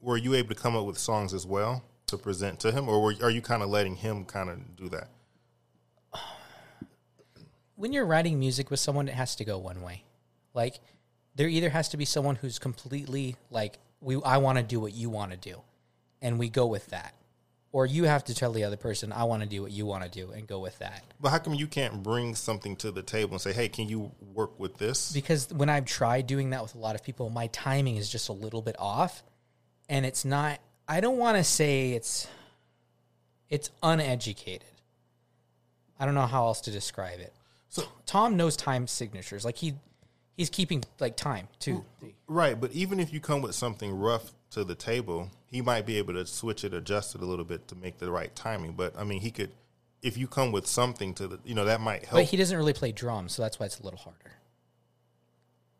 Speaker 1: were you able to come up with songs as well to present to him or were, are you kind of letting him kind of do that?
Speaker 2: when you're writing music with someone, it has to go one way. Like there either has to be someone who's completely like we I want to do what you want to do and we go with that. Or you have to tell the other person I want to do what you want to do and go with that.
Speaker 1: But how come you can't bring something to the table and say, "Hey, can you work with this?"
Speaker 2: Because when I've tried doing that with a lot of people, my timing is just a little bit off and it's not I don't want to say it's it's uneducated. I don't know how else to describe it.
Speaker 1: So
Speaker 2: Tom knows time signatures. Like he he's keeping like time too.
Speaker 1: right, but even if you come with something rough to the table, he might be able to switch it, adjust it a little bit to make the right timing. But I mean, he could if you come with something to the, you know, that might help.
Speaker 2: But he doesn't really play drums, so that's why it's a little harder.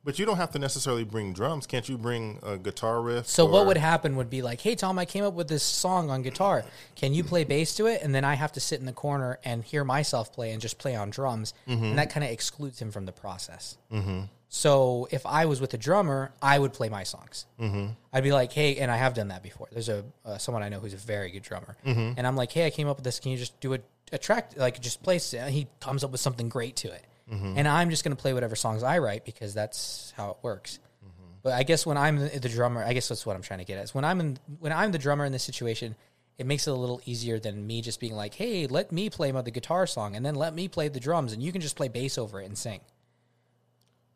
Speaker 1: But you don't have to necessarily bring drums. Can't you bring a guitar riff?
Speaker 2: So what
Speaker 1: or-
Speaker 2: would happen would be like, "Hey Tom, I came up with this song on guitar. Can you play bass to it?" And then I have to sit in the corner and hear myself play and just play on drums, and that kind of excludes him from the process. Mm-hmm. So if I was with a drummer, I would play my songs. Mm-hmm. I'd be like, "Hey," and I have done that before. There's a uh, someone I know who's a very good drummer, and I'm like, "Hey, I came up with this. Can you just do a, a track? Like just play?" s- And he comes up with something great to it, and I'm just going to play whatever songs I write because that's how it works. But I guess when I'm the the drummer, I guess that's what I'm trying to get at. Is when I'm in, when I'm the drummer in this situation, it makes it a little easier than me just being like, "Hey, let me play my, the guitar song, and then let me play the drums, and you can just play bass over it and sing."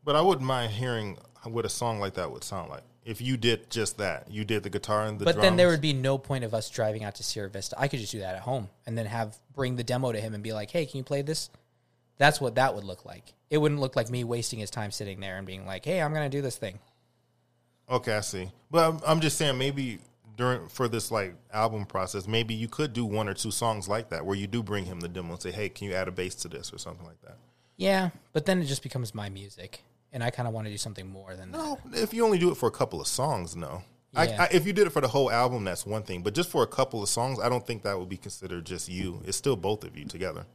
Speaker 1: But I wouldn't mind hearing what a song like that would sound like. If you did just that, you did the guitar and the
Speaker 2: But
Speaker 1: drums.
Speaker 2: then there would be no point of us driving out to Sierra Vista. I could just do that at home and then have bring the demo to him and be like, "Hey, can you play this?" That's what that would look like. It wouldn't look like me wasting his time sitting there and being like, "Hey, I'm gonna do this thing."
Speaker 1: Okay, I see. But I'm, I'm just saying maybe during for this like album process, maybe you could do one or two songs like that where you do bring him the demo and say, "Hey, can you add a bass to this or something like that?"
Speaker 2: Yeah, but then it just becomes my music, and I kind of want to do something more than that.
Speaker 1: No, if you only do it for a couple of songs, no. I,
Speaker 2: Yeah.
Speaker 1: I, if you did it for the whole album, that's one thing. But just for a couple of songs, I don't think that would be considered just you. It's still both of you together.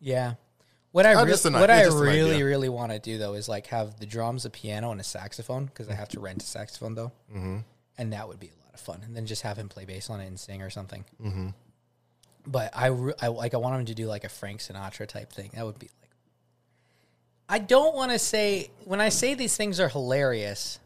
Speaker 2: Yeah. What I,
Speaker 1: Oh,
Speaker 2: re-
Speaker 1: just an i-
Speaker 2: what I
Speaker 1: just an
Speaker 2: really
Speaker 1: idea.
Speaker 2: really want to do though is like have the drums, a piano, and a saxophone because I have to rent a saxophone though, mm-hmm. and that would be a lot of fun. And then just have him play bass on it and sing or something. Mm-hmm. But I, re- I like I want him to do like a Frank Sinatra type thing. That would be like. I don't want to say when I say these things are hilarious.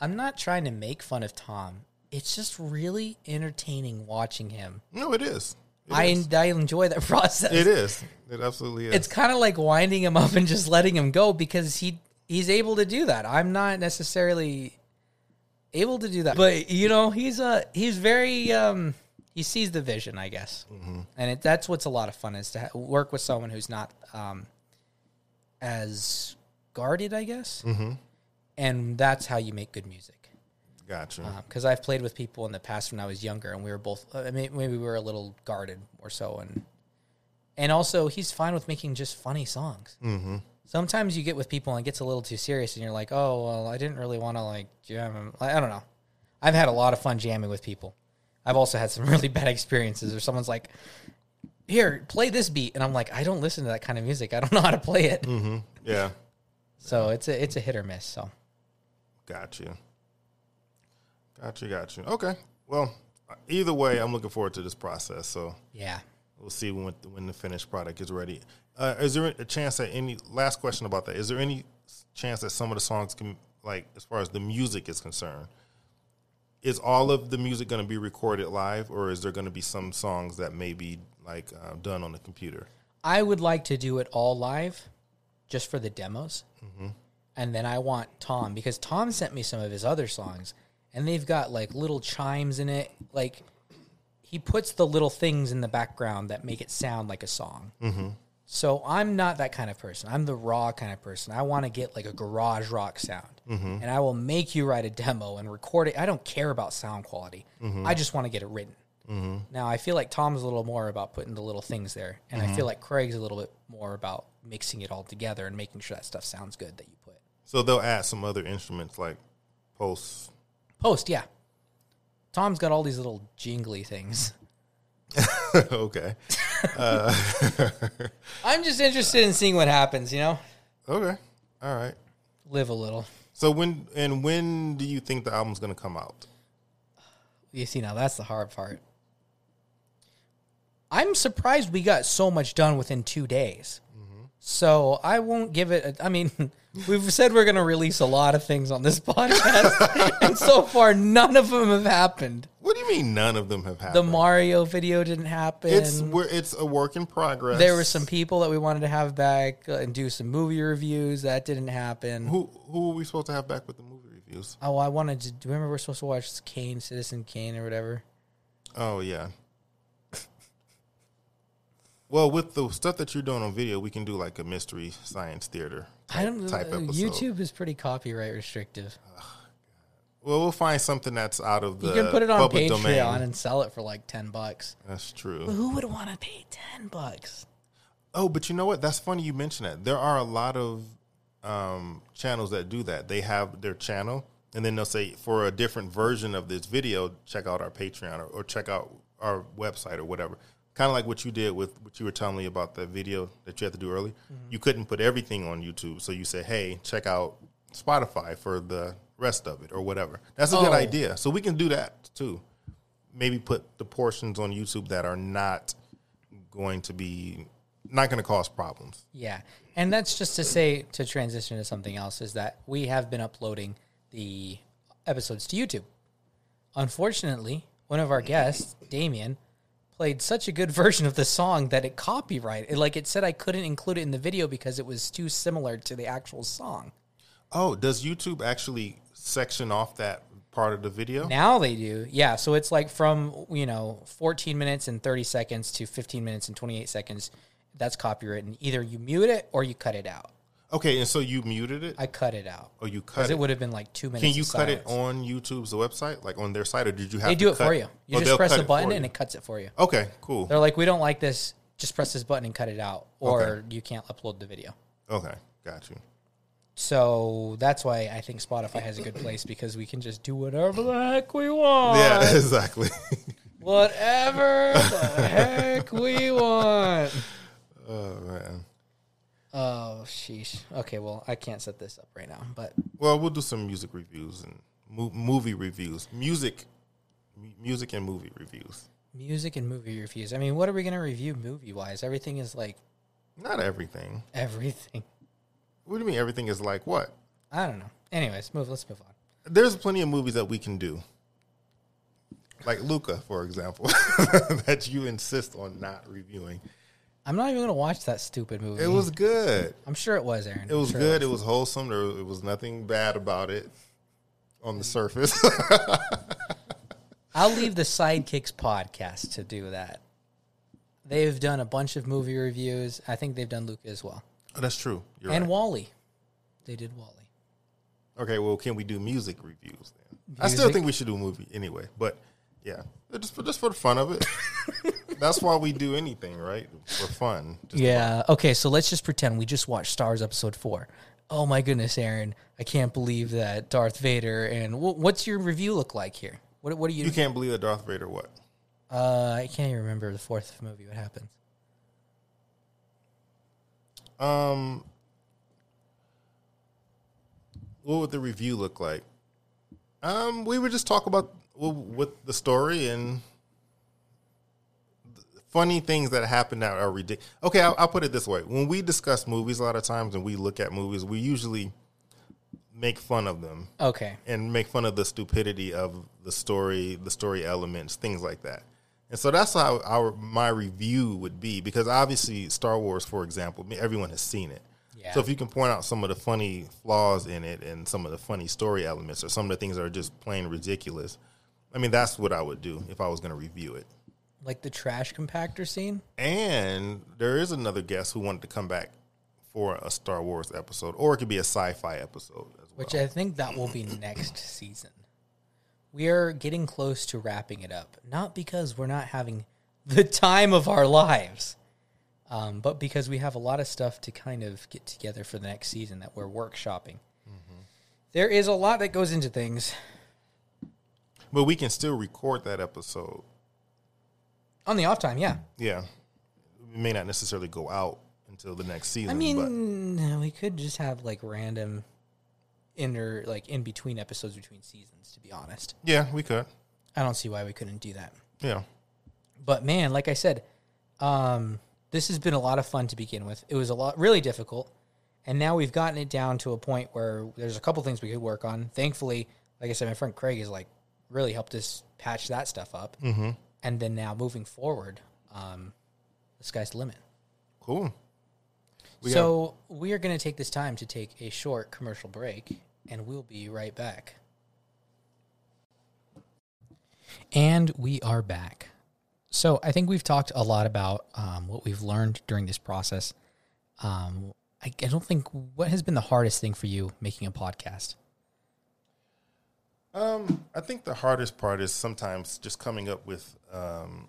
Speaker 2: I'm not trying to make fun of Tom. It's just really entertaining watching him.
Speaker 1: No, it is. It
Speaker 2: I,
Speaker 1: is.
Speaker 2: I enjoy that <laughs> process
Speaker 1: It is. It absolutely is.
Speaker 2: it's kind of like winding him up and just letting him go because he he's able to do that. I'm not necessarily able to do that, but you know he's a he's very um, he sees the vision, I guess, and it, that's what's a lot of fun is to ha- work with someone who's not um, as guarded, I guess, and that's how you make good music
Speaker 1: gotcha.
Speaker 2: because Um, I've played with people in the past when I was younger, and we were both. uh, I mean, maybe we were a little guarded or so, and and also he's fine with making just funny songs. Mm-hmm. Sometimes you get with people and it gets a little too serious, and you're like, oh well, I didn't really want to like jam. I I don't know. I've had a lot of fun jamming with people. I've also had some <laughs> really bad experiences where someone's like, "Here, play this beat," and I'm like, "I don't listen to that kind of music. I don't know how to play it."
Speaker 1: yeah,
Speaker 2: So it's a it's a hit or miss. So
Speaker 1: gotcha. Gotcha, gotcha. Okay. Well, either way, I'm looking forward to this process. So
Speaker 2: yeah.
Speaker 1: We'll see when when the finished product is ready. Uh, is there a chance that any last question about that? Is there any s- chance that some of the songs can like as far as the music is concerned? Is all of the music going to be recorded live, or is there going to be some songs that may be like uh, done on the computer?
Speaker 2: I would like to do it all live, just for the demos, and then I want Tom because Tom sent me some of his other songs, and they've got like little chimes in it. Like he puts the little things in the background that make it sound like a song. So I'm not that kind of person. I'm the raw kind of person. I want to get like a garage rock sound, and I will make you write a demo and record it. I don't care about sound quality. I just want to get it written. Now I feel like Tom's a little more about putting the little things there, and I feel like Craig's a little bit more about mixing it all together and making sure that stuff sounds good that you put.
Speaker 1: So they'll add some other instruments like posts. <laughs>
Speaker 2: Post, yeah. Tom's got all these little jingly things.
Speaker 1: okay,
Speaker 2: I'm just interested in seeing what happens, you know?
Speaker 1: okay, all right.
Speaker 2: Live a little.
Speaker 1: So when and when do you think the album's going to come out?
Speaker 2: You see, now that's the hard part. I'm surprised we got so much done within two days.
Speaker 1: Mm-hmm.
Speaker 2: So I won't give it. A, I mean, <laughs> we've said we're going to release a lot of things on this <laughs> podcast, and so far, none of them have happened.
Speaker 1: What do you mean none of them have
Speaker 2: The
Speaker 1: happened?
Speaker 2: Mario video didn't happen.
Speaker 1: it's we're, it's a work in progress.
Speaker 2: there were some people that we wanted to have back uh, and do some movie reviews. That didn't happen.
Speaker 1: Who who were we supposed to have back with the movie reviews?
Speaker 2: Oh, I wanted to. do you Remember, we're supposed to watch Kane, Citizen Kane, or whatever.
Speaker 1: Oh yeah. <laughs> well, with the stuff that you're doing on video, we can do like a mystery science theater type,
Speaker 2: I don't. know. uh,
Speaker 1: type episode.
Speaker 2: YouTube is pretty copyright restrictive.
Speaker 1: Well, we'll find something that's out of the
Speaker 2: You can put it on
Speaker 1: public
Speaker 2: Patreon
Speaker 1: domain.
Speaker 2: and sell it for like ten bucks.
Speaker 1: That's true.
Speaker 2: Who would want to pay ten bucks?
Speaker 1: Oh, but you know what? That's funny you mention that. There are a lot of um, channels that do that. They have their channel, and then they'll say for a different version of this video, check out our Patreon or, or check out our website or whatever. Kind of like what you did with what you were telling me about the video that you had to do early. You couldn't put everything on YouTube, so you said, "Hey, check out Spotify for the rest of it or whatever." That's a
Speaker 2: Oh.
Speaker 1: good idea. So we can do that too. Maybe put the portions on YouTube that are not going to be not going to cause problems.
Speaker 2: Yeah, and that's just to say to transition to something else is that we have been uploading the episodes to YouTube. Unfortunately, one of our guests, Damien, played such a good <laughs> version of the song that it copyrighted. Like it said, I couldn't include it in the video because it was too similar to the actual song.
Speaker 1: Oh, does YouTube actually section off that part of the video?
Speaker 2: Now they do. Yeah. So it's like from, you know, 14 minutes and 30 seconds to 15 minutes and 28 seconds. That's copywritten. Either you mute it or you cut it out.
Speaker 1: Okay, and so you muted it,
Speaker 2: I cut it out.
Speaker 1: or Oh, you cut
Speaker 2: Because
Speaker 1: it.
Speaker 2: it would have been like two minutes.
Speaker 1: Can you
Speaker 2: of
Speaker 1: cut it
Speaker 2: silence.
Speaker 1: on YouTube's website, like on their site, or did you have?
Speaker 2: They
Speaker 1: to
Speaker 2: do it
Speaker 1: cut-
Speaker 2: for you. You
Speaker 1: Oh,
Speaker 2: just
Speaker 1: they'll
Speaker 2: press
Speaker 1: cut
Speaker 2: the
Speaker 1: it for
Speaker 2: button
Speaker 1: you.
Speaker 2: and it cuts it for you.
Speaker 1: Okay, cool.
Speaker 2: They're like, we don't like this. Just press this button and cut it out, or you can't upload the video.
Speaker 1: Okay, got you.
Speaker 2: So that's why I think Spotify has a good place because we can just do whatever the heck we want.
Speaker 1: Yeah, <laughs> exactly.
Speaker 2: Whatever the heck we want.
Speaker 1: oh man.
Speaker 2: Oh, sheesh. Okay, well, I can't set this up right now, but
Speaker 1: Well, we'll do some music reviews and mo- movie reviews, music, mu- music and movie reviews.
Speaker 2: music and movie reviews. I mean, what are we going to review movie wise? Everything is like <laughs>
Speaker 1: Not everything.
Speaker 2: everything.
Speaker 1: What do you mean? Everything is like what?
Speaker 2: I don't know. Anyways, move. Let's move on.
Speaker 1: There's plenty of movies that we can do, like Luca, for example, <laughs> that you insist on not reviewing.
Speaker 2: I'm not even going to watch that stupid movie.
Speaker 1: It was good.
Speaker 2: I'm sure it was, Aaron.
Speaker 1: It was good. It was wholesome. There it was nothing bad about it on the surface. <laughs>
Speaker 2: I'll leave the Sidekicks podcast to do that. They've done a bunch of movie reviews. I think they've done Luca as well.
Speaker 1: That's true. You're
Speaker 2: and
Speaker 1: right.
Speaker 2: Wally. They did Wally.
Speaker 1: Okay, well, can we do music reviews then? I still
Speaker 2: Music?
Speaker 1: think we should do a movie anyway, but yeah, just for, just for the fun <laughs> of it. That's why we do anything, right? For fun. Just-
Speaker 2: Yeah. Okay, so let's just pretend we just watched Stars episode 4. Oh my goodness, Aaron. I can't believe that Darth Vader and wh- what's your review look like here? What what are you,
Speaker 1: You can't believe that Darth Vader what?
Speaker 2: uh I can't even remember the fourth movie what happens.
Speaker 1: Um, what would the review look like? Um, we would just talk about well, with the story and the funny things that happen that are ridiculous. Okay, I'll, I'll put it this way: when we discuss movies, a lot of times, and we look at movies, we usually make fun of them
Speaker 2: Okay.
Speaker 1: and make fun of the stupidity of the story, the story elements, things like that. And so that's how our my review would be because obviously Star Wars, for example, me- everyone has seen it.
Speaker 2: Yeah.
Speaker 1: So if you can point out some of the funny flaws in it and some of the funny story elements or some of the things that are just plain ridiculous, I mean that's what I would do if I was going to review it.
Speaker 2: Like the trash compactor scene?
Speaker 1: And there is another guest who wanted to come back for a Star Wars episode, or it could be a sci-fi episode as well.
Speaker 2: which I think that will be next season. We are getting close to wrapping it up, not because we're not having the time of our lives, um, but because we have a lot of stuff to kind of get together for the next season that we're workshopping. There is a lot that goes into things
Speaker 1: But we can still record that episode
Speaker 2: on the off time, yeah.
Speaker 1: Yeah. It may not necessarily go out until the next season.
Speaker 2: I
Speaker 1: but
Speaker 2: mean, uh, we could just have like random inner, like in between episodes between seasons, to be honest.
Speaker 1: yeah, we could.
Speaker 2: I don't see why we couldn't do that.
Speaker 1: Yeah.
Speaker 2: but man, like I said, um, this has been a lot of fun to begin with. It was a lot, really difficult, and now we've gotten it down to a point where there's a couple things we could work on. Thankfully, like I said, my friend Craig has like really helped us patch that stuff up, mm-hmm. and then now moving forward, um, the sky's the limit.
Speaker 1: Cool. We
Speaker 2: so we are going to take this time to take a short commercial break, and we'll be right back. And we are back. So I think we've talked a lot about um, what we've learned during this process. Um, I, I don't think what has been the hardest thing for you making a podcast.
Speaker 1: Um, I think the hardest part is sometimes just coming up with um,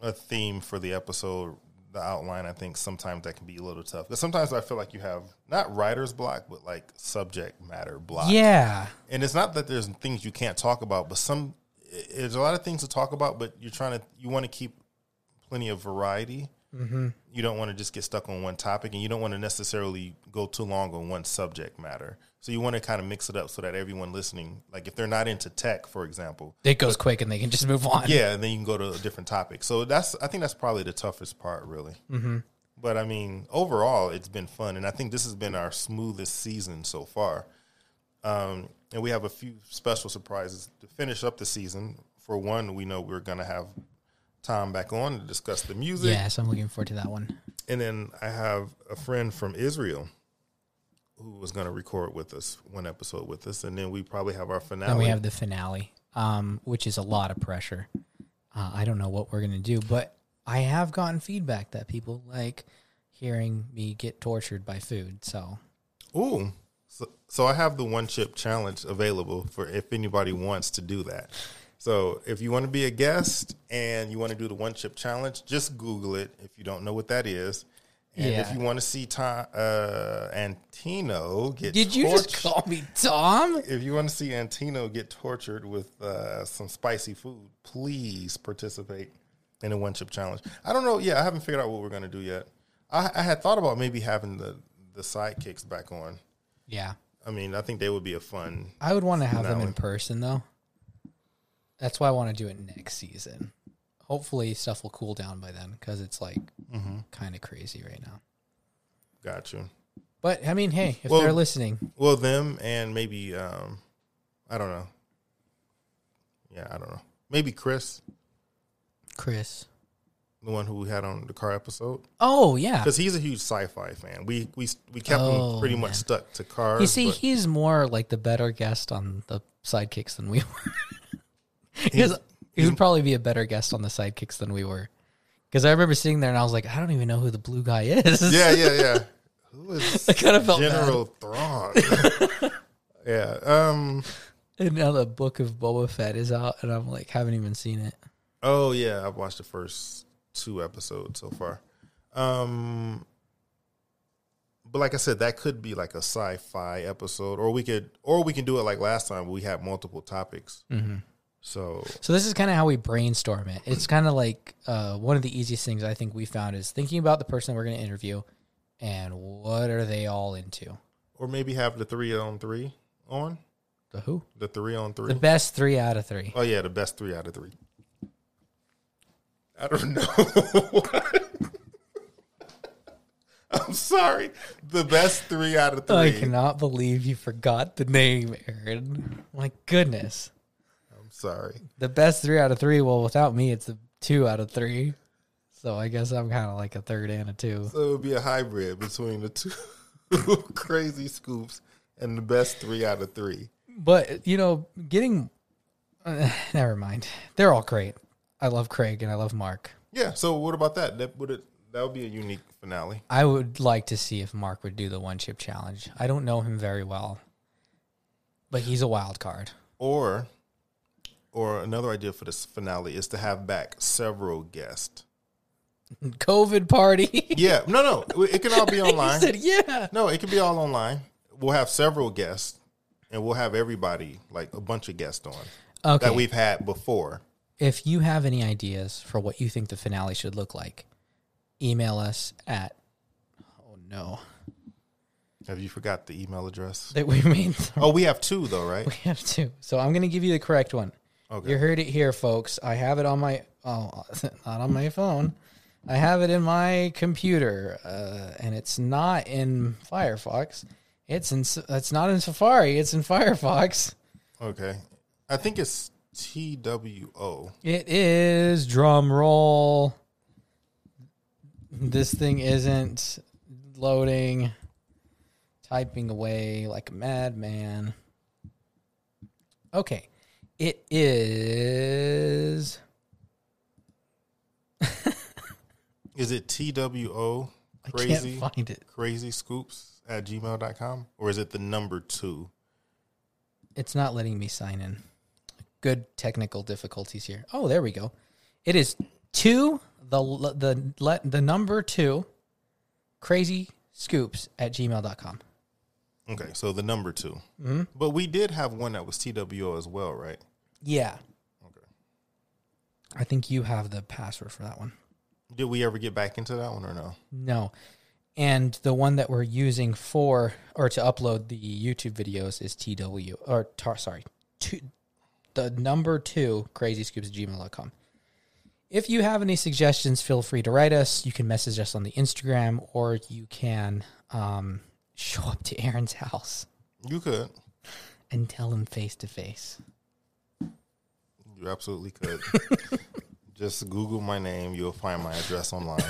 Speaker 1: a theme for the episode, the outline. I think sometimes that can be a little tough. Because sometimes I feel like you have not writer's block, but like subject matter block.
Speaker 2: Yeah,
Speaker 1: and it's not that there's things you can't talk about, but some i- there's a lot of things to talk about, but you're trying to you want to keep plenty of variety. Mm-hmm. You don't want to just get stuck on one topic, and you don't want to necessarily go too long on one subject matter. So you want to kind of mix it up so that everyone listening, like if they're not into tech, for example,
Speaker 2: it goes quick, and they can just move on.
Speaker 1: yeah, and then you can go to a different topic. So that's I think that's probably the toughest part, really. Mm-hmm. But I mean, overall, it's been fun, and I think this has been our smoothest season so far. Um, and we have a few special surprises to finish up the season. For one, we know we're going to have Tom back on to discuss the music,
Speaker 2: Yes, I'm looking forward to that one.
Speaker 1: and then I have a friend from Israel who was going to record with us one episode with us, and then we probably have our finale.
Speaker 2: Then we have the finale, um, which is a lot of pressure. Uh, I don't know what we're gonna do, but I have gotten feedback that people like hearing me get tortured by food. So
Speaker 1: Ooh. So, so I have the one chip challenge available for if anybody wants to do that. So if you want to be a guest and you want to do the one chip challenge, just Google it if you don't know what that is. And if
Speaker 2: Yeah.
Speaker 1: you want to see Tom, uh, Antino get
Speaker 2: did you
Speaker 1: tortured,
Speaker 2: just call me Tom?
Speaker 1: if you want to see Antino get tortured with uh, some spicy food, please participate in the one chip challenge. I don't know. Yeah, I haven't figured out what we're gonna do yet. I, I had thought about maybe having the the sidekicks back on.
Speaker 2: Yeah,
Speaker 1: I mean, I think they would be a fun.
Speaker 2: I would want to have them in person though. That's why I want to do it next season. Hopefully, stuff will cool down by then because it's like kind of crazy right now.
Speaker 1: Got you.
Speaker 2: But I mean, hey, if
Speaker 1: Well-
Speaker 2: they're listening,
Speaker 1: Well, them and maybe um, I don't know. Yeah, I don't know. Maybe Chris,
Speaker 2: Chris.
Speaker 1: the one who we had on the car episode,
Speaker 2: Oh yeah,
Speaker 1: because he's a huge sci-fi fan. We we we kept
Speaker 2: Oh,
Speaker 1: him pretty much
Speaker 2: man.
Speaker 1: stuck to cars.
Speaker 2: You see,
Speaker 1: but
Speaker 2: he's more like the better guest on the sidekicks than we <laughs> were. Because he would probably be a better guest on the sidekicks than we were. Because I remember sitting there and I was like, I don't even know who the blue guy <laughs> is.
Speaker 1: yeah, yeah, yeah. Who is
Speaker 2: <laughs> I kind of felt
Speaker 1: General Thrawn? <laughs> yeah. Um.
Speaker 2: bad. And now the book of Boba Fett is out, and I'm like, haven't even seen it.
Speaker 1: Oh yeah, I've watched the first two episodes so far. Um but like I said, that could be like a sci-fi episode, or we could, or we can do it like last time. We had multiple topics,
Speaker 2: Mm-hmm.
Speaker 1: so
Speaker 2: So this is kind of how we brainstorm it. It's kind of like uh, one of the easiest things I think we found is thinking about the person we're going to interview and what are they all into.
Speaker 1: or maybe have the three on three on
Speaker 2: The who?
Speaker 1: the three on
Speaker 2: The
Speaker 1: three.
Speaker 2: best three out of three.
Speaker 1: oh yeah, the best three out of three. I don't know. <laughs> I'm sorry. The best three out of three.
Speaker 2: I cannot believe you forgot the name, Aaron. My goodness.
Speaker 1: I'm sorry.
Speaker 2: The best three out of three. Well, without me, it's a two out of three. So I guess I'm kind of like a third and a two.
Speaker 1: So it would be a hybrid between the two <laughs> crazy scoops and the best three out of three.
Speaker 2: But, you know, getting. Uh, <sighs> never mind. They're all great. I love Craig and I love Mark.
Speaker 1: Yeah. So what about that? That would it, that would be a unique finale.
Speaker 2: I would like to see if Mark would do the one chip challenge. I don't know him very well, but he's a wild card. <laughs>
Speaker 1: Or, or another idea for this finale is to have back several guests.
Speaker 2: COVID party. <laughs>
Speaker 1: Yeah. No, no. It can all be
Speaker 2: I
Speaker 1: online.
Speaker 2: said, yeah.
Speaker 1: No, it can be all online. We'll have several guests, and we'll have everybody like a bunch of guests on
Speaker 2: Okay.
Speaker 1: that we've had before.
Speaker 2: if you have any ideas for what you think the finale should look like, email us at oh no <laughs>
Speaker 1: Have you forgot the email address?
Speaker 2: that we made the-
Speaker 1: Oh, we have two though, right?
Speaker 2: we <laughs> have to. So I'm gonna give you the correct one.
Speaker 1: Okay.
Speaker 2: You heard it here, folks. I have it on my oh <laughs> not on my phone. I have it in my computer, uh, and it's not in Firefox. It's in it's not in Safari. It's in Firefox.
Speaker 1: Okay. I think it's T W O.
Speaker 2: It is drum roll. This thing isn't loading, typing away like a madman. Okay, it is.
Speaker 1: Is it T W O
Speaker 2: I
Speaker 1: crazy
Speaker 2: can't find it.
Speaker 1: crazy scoops at gmail.com? Or is it the number two?
Speaker 2: It's not letting me sign in. Good technical difficulties here. Oh, there we go. It is two the the let the number two crazy scoops at gmail.com.
Speaker 1: Okay, so the number 2
Speaker 2: Mm-hmm.
Speaker 1: But we did have one that was T W O as well, right?
Speaker 2: Yeah.
Speaker 1: Okay.
Speaker 2: I think you have the password for that one.
Speaker 1: Did we ever get back into that one or no?
Speaker 2: No. And the one that we're using for or to upload the YouTube videos is TW or tar, sorry, two, the number two crazy scoops gmail.com. If you have any suggestions, feel free to write us. You can message us on the Instagram or you can um, show up to Aaron's house
Speaker 1: You could.
Speaker 2: and tell him face to face.
Speaker 1: You absolutely
Speaker 2: <laughs>
Speaker 1: could. Just Google my name. You'll find my address
Speaker 2: <laughs>
Speaker 1: online.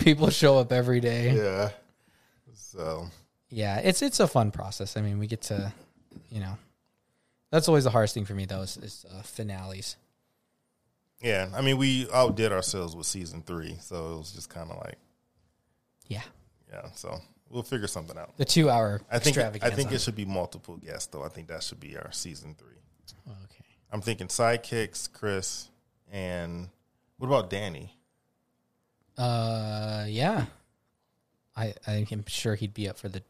Speaker 2: People show up every day.
Speaker 1: yeah. So
Speaker 2: Yeah, it's it's a fun process. I mean, we get to, you know, that's always the hardest thing for me though is, is uh, finales.
Speaker 1: yeah, I mean, we outdid ourselves with season three, so it was just kind of like
Speaker 2: Yeah,
Speaker 1: yeah. So we'll figure something out.
Speaker 2: the two hour
Speaker 1: I think I
Speaker 2: extravaganza.
Speaker 1: think it should be multiple guests though. I think that should be our season three.
Speaker 2: okay.
Speaker 1: I'm thinking sidekicks, Chris, and what about Danny?
Speaker 2: Uh, yeah, I I am sure he'd be up for the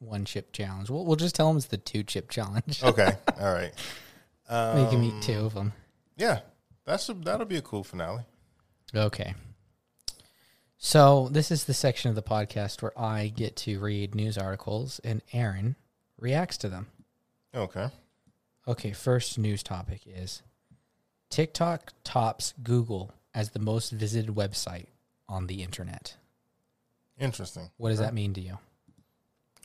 Speaker 2: one chip challenge. We'll we'll just tell him it's the two chip challenge.
Speaker 1: Okay, all right. <laughs> Um,
Speaker 2: Make him eat two of them.
Speaker 1: Yeah, that should that'll be a cool finale.
Speaker 2: Okay. So this is the section of the podcast where I get to read news articles and Aaron reacts to them.
Speaker 1: Okay.
Speaker 2: Okay, first news topic is TikTok tops Google as the most visited website on the internet.
Speaker 1: Interesting.
Speaker 2: What does that mean to you?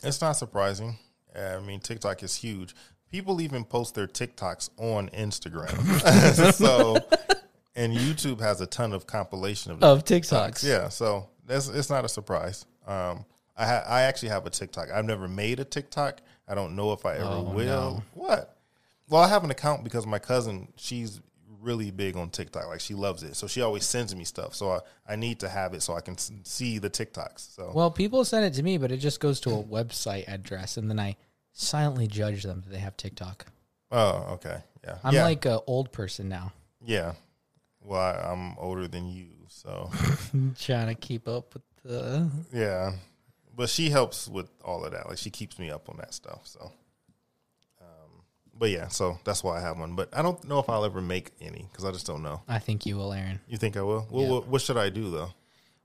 Speaker 1: It's not surprising. I mean, TikTok is huge. People even post their TikToks on Instagram. <laughs> so, and YouTube has a ton of compilation of
Speaker 2: Of TikToks.
Speaker 1: Yeah, so that's it's not a surprise. Um, I ha- I actually have a TikTok. I've never made a TikTok. I don't know if I ever
Speaker 2: Oh,
Speaker 1: will.
Speaker 2: no.
Speaker 1: What? Well, I have an account because my cousin she's really big on TikTok. Like she loves it, so she always sends me stuff. So I, I need to have it so I can s- see the TikToks. So
Speaker 2: Well, people send it to me, but it just goes to a website address and then I silently judge them that they have TikTok.
Speaker 1: oh okay yeah
Speaker 2: I'm
Speaker 1: yeah
Speaker 2: like an old person now.
Speaker 1: yeah. Well, I, I'm older than you, so
Speaker 2: Trying to keep up with the
Speaker 1: yeah. But she helps with all of that. Like she keeps me up on that stuff. So, um, but yeah, so that's why I have one. But I don't know if I'll ever make any because I just don't know.
Speaker 2: I think you will, Aaron.
Speaker 1: You think I will? Well, what, what should I do though?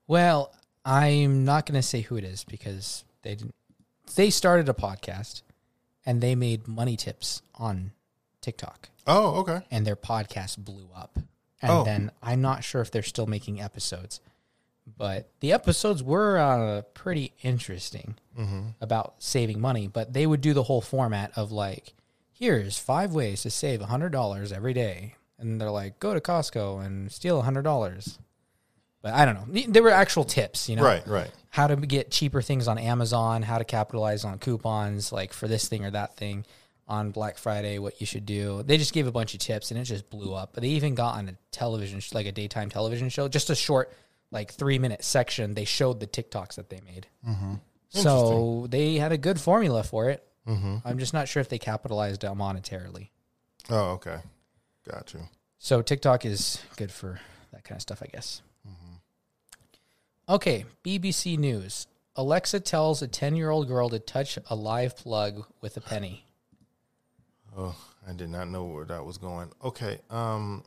Speaker 2: Well, I'm not going to say who it is because they didn't. They started a podcast and they made money tips on TikTok,
Speaker 1: Oh, okay.
Speaker 2: and their podcast blew up. And
Speaker 1: Oh.
Speaker 2: then I'm not sure if they're still making episodes, but the episodes were uh, pretty interesting
Speaker 1: Mm-hmm.
Speaker 2: about saving money. But they would do the whole format of like, here's five ways to save $100 every day. And they're like, go to Costco and steal $100. But I don't know. They were actual tips, you know?
Speaker 1: Right, right.
Speaker 2: how to get cheaper things on Amazon, how to capitalize on coupons, like for this thing or that thing on Black Friday, what you should do. They just gave a bunch of tips and it just blew up. But they even got on a television, sh- like a daytime television show, just a short, like three minute section. They showed the TikToks that they made. So they had a good formula for it. I'm just not sure if they capitalized it monetarily.
Speaker 1: Oh, okay. Got you.
Speaker 2: So TikTok is good for that kind of stuff, I guess. Okay, BBC News. Alexa tells a 10 year old girl to touch a live plug with a penny.
Speaker 1: Oh, I did not know where that was going. Okay. Um,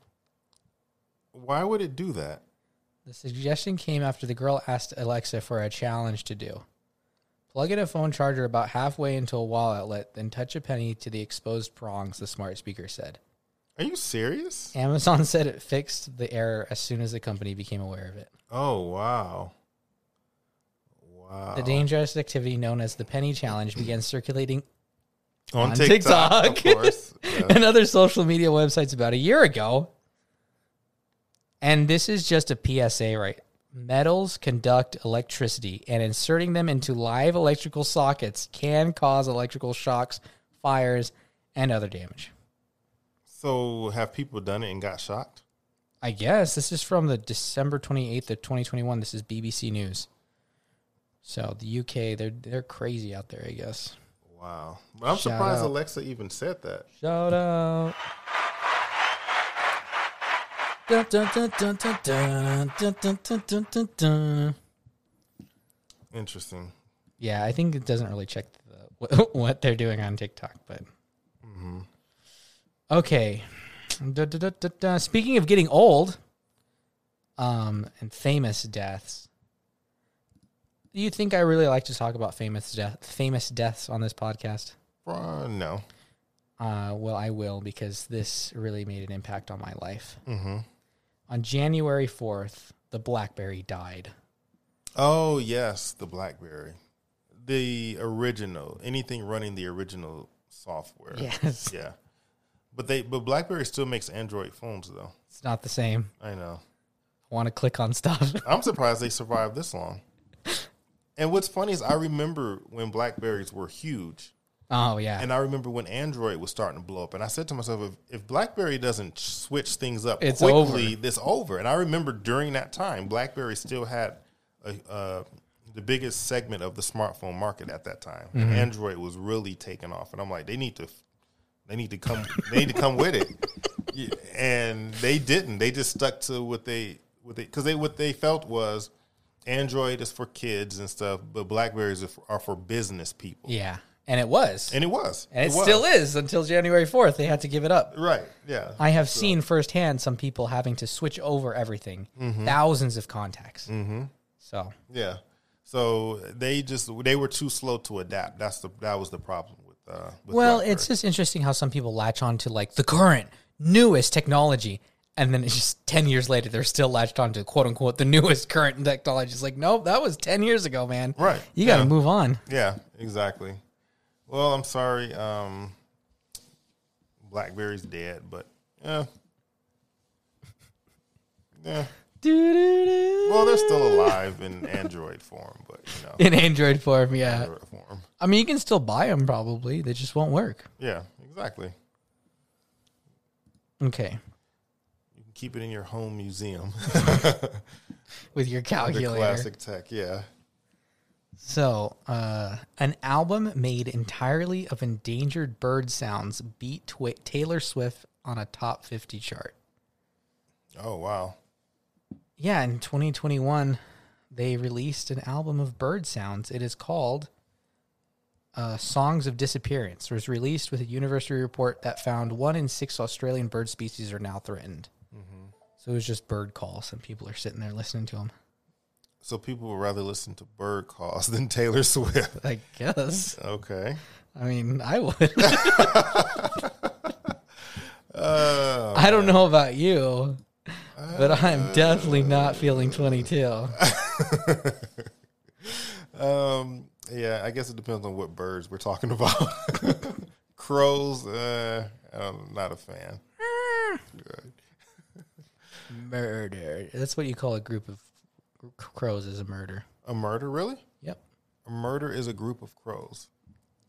Speaker 1: why would it do that?
Speaker 2: The suggestion came after the girl asked Alexa for a challenge to do. Plug in a phone charger about halfway into a wall outlet, then touch a penny to the exposed prongs, the smart speaker said.
Speaker 1: Are you serious?
Speaker 2: Amazon said it fixed the error as soon as the company became aware of it.
Speaker 1: Oh, wow. Wow. Oh.
Speaker 2: The dangerous activity known as the penny challenge began circulating
Speaker 1: on,
Speaker 2: on
Speaker 1: TikTok,
Speaker 2: <laughs> TikTok.
Speaker 1: of course. Yeah.
Speaker 2: and other social media websites about a year ago. And this is just a PSA, right? Metals conduct electricity, and inserting them into live electrical sockets can cause electrical shocks, fires, and other damage.
Speaker 1: So have people done it and got shocked?
Speaker 2: I guess this is from the December 28th of 2021. This is BBC News. So the UK, they're they're crazy out there, I guess.
Speaker 1: Wow. But I'm
Speaker 2: Shout
Speaker 1: surprised
Speaker 2: out.
Speaker 1: Alexa even said that.
Speaker 2: Shout out. Dun, dun, dun, dun, dun, dun, dun, dun, dun, dun, dun, dun.
Speaker 1: Interesting.
Speaker 2: Yeah, I think it doesn't really check the, what, <laughs> what they're doing on TikTok, but. Okay. Dun, dun, dun, dun, dun. Speaking of getting old um, and famous deaths, do you think I really like to talk about famous death, famous deaths on this podcast?
Speaker 1: Uh, no.
Speaker 2: Uh, well, I will because this really made an impact on my life.
Speaker 1: hmm
Speaker 2: On January 4th, the Blackberry died.
Speaker 1: Oh, yes, the BlackBerry. The original. Anything running the original software.
Speaker 2: Yes.
Speaker 1: Yeah. But they but BlackBerry still makes Android phones though.
Speaker 2: It's not the same.
Speaker 1: I know.
Speaker 2: I want to click on stuff. <laughs>
Speaker 1: I'm surprised they survived this long. And what's funny is I remember when Blackberries were huge.
Speaker 2: oh yeah.
Speaker 1: And I remember when Android was starting to blow up, and I said to myself, if, if BlackBerry doesn't switch things up
Speaker 2: It's
Speaker 1: quickly, this over. And I remember during that time, BlackBerry still had a, uh, the biggest segment of the smartphone market at that time.
Speaker 2: Mm-hmm.
Speaker 1: And Android was really taking off, and I'm like, they need to, they need to come, they need to come with it. <laughs> Yeah, And they didn't. They just stuck to what they what they because they what they felt was. Android is for kids and stuff, but Blackberries are for, are for business people,
Speaker 2: yeah. And it was.
Speaker 1: and it was,
Speaker 2: And it,
Speaker 1: was.
Speaker 2: still is until January 4th. They had to give it up.
Speaker 1: Right. Yeah.
Speaker 2: I have seen firsthand some people having to switch over everything,
Speaker 1: Mm-hmm.
Speaker 2: thousands of contacts. Mm-hmm. So,
Speaker 1: yeah. So they just they were too slow to adapt. That's the that was the problem with. Uh, with
Speaker 2: well,
Speaker 1: BlackBerry.
Speaker 2: it's just interesting how some people latch on to like the current, newest technology. And then it's just 10 years later, they're still latched on to quote unquote the newest current <laughs> technology. It's like, nope, that was 10 years ago, man.
Speaker 1: Right.
Speaker 2: You got to
Speaker 1: Yeah.
Speaker 2: move on.
Speaker 1: yeah, exactly. Well, I'm sorry. Um, BlackBerry's dead, but yeah, <laughs> yeah.
Speaker 2: Doo-doo-doo.
Speaker 1: Well, they're still alive in Android form, but you know,
Speaker 2: In Android form, yeah.
Speaker 1: Android form.
Speaker 2: I mean, you can still buy them probably. They just won't work.
Speaker 1: Yeah, exactly.
Speaker 2: Okay.
Speaker 1: You can keep it in your home museum. <laughs>
Speaker 2: With your
Speaker 1: the
Speaker 2: calculator.
Speaker 1: classic tech. Yeah.
Speaker 2: So, uh, an album made entirely of endangered bird sounds beat twi- Taylor Swift on a top 50 chart.
Speaker 1: Oh wow.
Speaker 2: Yeah, in 2021, they released an album of bird sounds. It is called uh, Songs of Disappearance. It was released with a university report that found one in six Australian bird species are now threatened. So it was just bird calls, and people are sitting there listening to them.
Speaker 1: So people would rather listen to bird calls <laughs> than Taylor Swift.
Speaker 2: <laughs> I guess.
Speaker 1: Okay.
Speaker 2: I mean, I <laughs> would.
Speaker 1: Uh,
Speaker 2: I don't know about you, but I'm definitely not feeling 22.
Speaker 1: um, yeah, I guess it depends on what birds we're talking <laughs> about. Crows, uh, I'm not a fan.
Speaker 2: Murder. That's what you call a group of c- crows is a murder.
Speaker 1: A murder, really?
Speaker 2: Yep.
Speaker 1: A murder is a group of crows.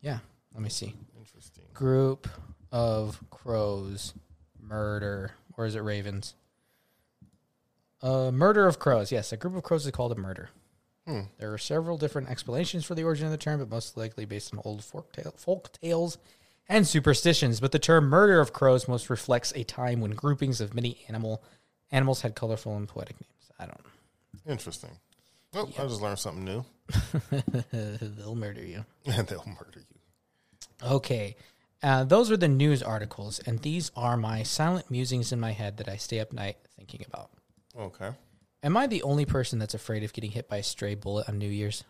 Speaker 2: Yeah. Let me see.
Speaker 1: Interesting.
Speaker 2: Group of crows, murder, or is it ravens? A murder of crows. Yes, a group of crows is called a murder. There are several different explanations for the origin of the term, but most likely based on old folk, tale, folk tales and superstitions. But the term "murder of crows" most reflects a time when groupings of many animal animals had colorful and poetic names. I don't.
Speaker 1: Interesting. Oh, I just learned something new. <laughs>
Speaker 2: <laughs> They'll murder you.
Speaker 1: They'll murder you.
Speaker 2: Okay. Uh, those were the news articles, and these are my silent musings in my head that I stay up night thinking about.
Speaker 1: Okay.
Speaker 2: Am I the only person that's afraid of getting hit by a stray bullet on New Year's?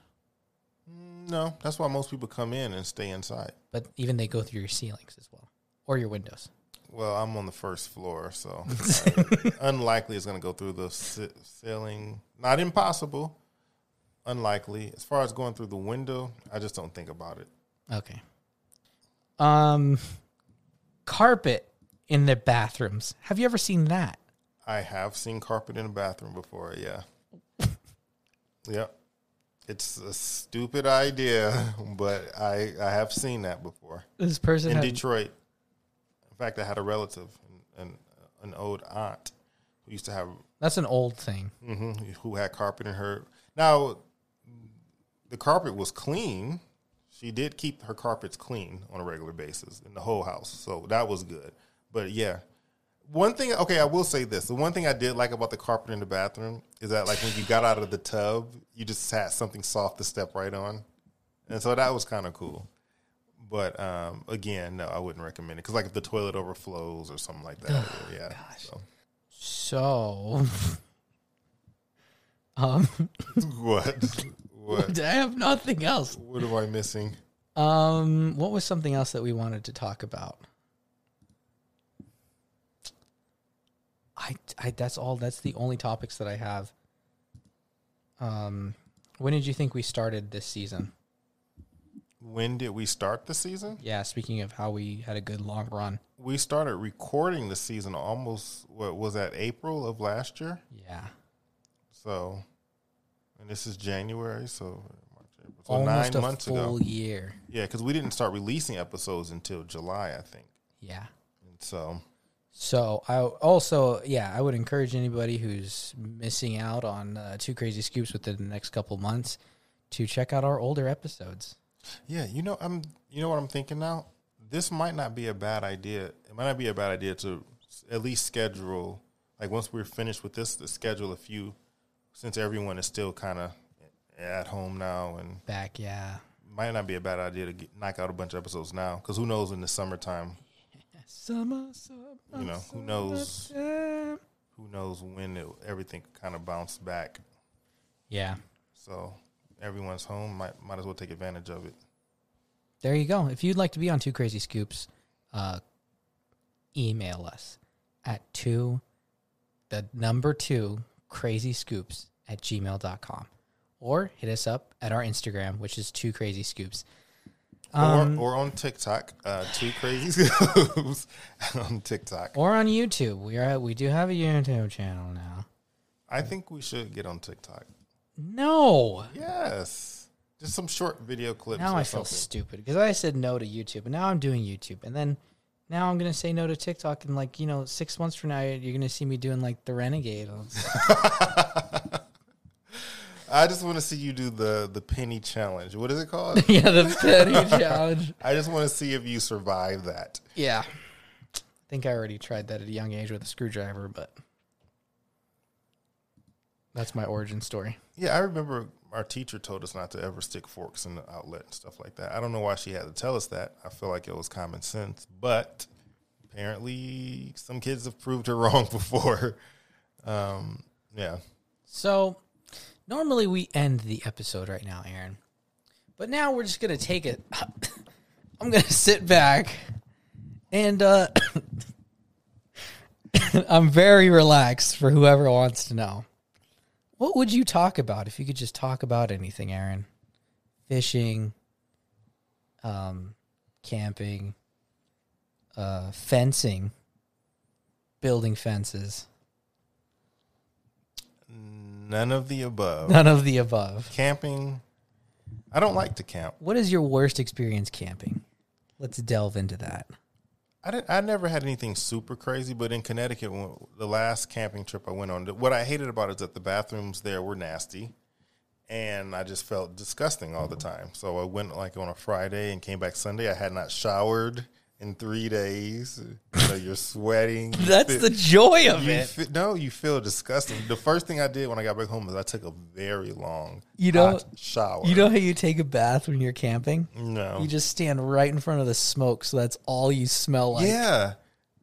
Speaker 1: No, that's why most people come in and stay inside.
Speaker 2: But even they go through your ceilings as well, or your windows.
Speaker 1: Well, I'm on the first floor, so uh, unlikely it's going to go through the ci- ceiling. Not impossible. Unlikely. As far as going through the window, I just don't think about it.
Speaker 2: Okay. Um, carpet in the bathrooms. Have you ever seen that?
Speaker 1: I have seen carpet in a bathroom before. Yeah. yep. It's a stupid idea, <laughs> but I I have seen that before
Speaker 2: This person
Speaker 1: in
Speaker 2: had-
Speaker 1: Detroit. In fact, I had a relative, an an, an old aunt, who used to have
Speaker 2: that's an old thing.
Speaker 1: hmm who had carpet in her. Now, the carpet was clean. She did keep her carpets clean on a regular basis in the whole house, so that was good. But yeah, one thing. Okay, I will say this: the one thing I did like about the carpet in the bathroom is that, like, when you got out of the tub, you just had something soft to step right on, and so that was kind of cool. But um, again, no, I wouldn't recommend it because, like, if the toilet overflows or something like that, yeah. So. <laughs>
Speaker 2: So, <laughs> um,
Speaker 1: What? <laughs> What?
Speaker 2: <laughs> I have nothing else.
Speaker 1: What am I missing?
Speaker 2: Um, what was something else that we wanted to talk about? I, I that's all. That's the only topics that I have. Um, when did you think we started this season?
Speaker 1: when did we start the season?
Speaker 2: Yeah, speaking of how we had a good long run.
Speaker 1: We started recording the season almost what was that April of last year?
Speaker 2: Yeah.
Speaker 1: So, and this is January, so March, April, so
Speaker 2: Almost
Speaker 1: nine
Speaker 2: a
Speaker 1: months
Speaker 2: full
Speaker 1: ago.
Speaker 2: year.
Speaker 1: Yeah, because we didn't start releasing episodes until July, I think.
Speaker 2: Yeah.
Speaker 1: And so,
Speaker 2: So I also yeah I would encourage anybody who's missing out on uh, two crazy scoops within the next couple months to check out our older episodes.
Speaker 1: yeah, you know, I'm, you know what I'm thinking now. This might not be a bad idea. It might not be a bad idea to s- at least schedule, like once we're finished with this, to schedule a few, since everyone is still kind of at home now, and
Speaker 2: Back yeah
Speaker 1: might not be a bad idea to get, knock out a bunch of episodes now, because who knows in the summertime,
Speaker 2: summer summer.
Speaker 1: you know, who knows,
Speaker 2: summer.
Speaker 1: who knows when it, everything kind of bounced back.
Speaker 2: Yeah,
Speaker 1: So everyone's home. Might might as well take advantage of it.
Speaker 2: there you go. If you'd like to be on two crazy scoops, uh, email us at two the number two crazy scoops at gmail.com or hit us up at our Instagram, which is two crazy scoops.
Speaker 1: or, or on TikTok, uh, two crazy scoops <laughs> on TikTok.
Speaker 2: or on YouTube. We are we do have a YouTube channel now.
Speaker 1: I think we should get on TikTok.
Speaker 2: No.
Speaker 1: Yes, just some short video clips.
Speaker 2: Now
Speaker 1: or
Speaker 2: I feel
Speaker 1: something.
Speaker 2: stupid because I said no to YouTube, and now I'm doing YouTube, and then now I'm gonna say no to TikTok, and like you know, six months from now, you're gonna see me doing like the renegade. <laughs>
Speaker 1: I just want to see you do the the penny challenge. What is it called?
Speaker 2: <laughs> yeah, the petty challenge.
Speaker 1: I just want to see if you survive that.
Speaker 2: Yeah, I think I already tried that at a young age with a screwdriver, but that's my origin story.
Speaker 1: Yeah, I remember our teacher told us not to ever stick forks in the outlet and stuff like that. I don't know why she had to tell us that. I feel like it was common sense, but apparently some kids have proved her <laughs> wrong before. Um, yeah.
Speaker 2: So, normally we end the episode right now, Aaron. But now we're just going to take it. <coughs> I'm going to sit back and uh, <coughs> I'm very relaxed for whoever wants to know. What would you talk about if you could just talk about anything, Aaron? Fishing, um, camping, uh, fencing, building fences,
Speaker 1: None of the above.
Speaker 2: none of the above.
Speaker 1: Camping. I don't like to camp.
Speaker 2: What is your worst experience camping? Let's delve into that.
Speaker 1: I, didn't, I never had anything super crazy, but in Connecticut, when, the last camping trip I went on, what I hated about it is that the bathrooms there were nasty, and I just felt disgusting all the time. So I went like on a Friday and came back Sunday. I had not showered in three days. So you're
Speaker 2: <laughs>
Speaker 1: sweating. You
Speaker 2: That's
Speaker 1: feel-
Speaker 2: the joy of
Speaker 1: you
Speaker 2: it.
Speaker 1: fe- no, you feel disgusting. The first thing I did when I got back home is I took a very long
Speaker 2: You know-
Speaker 1: hot shower.
Speaker 2: You know how you take a bath when you're camping?
Speaker 1: no,
Speaker 2: You just stand right in front of the smoke, so that's all you smell like.
Speaker 1: yeah.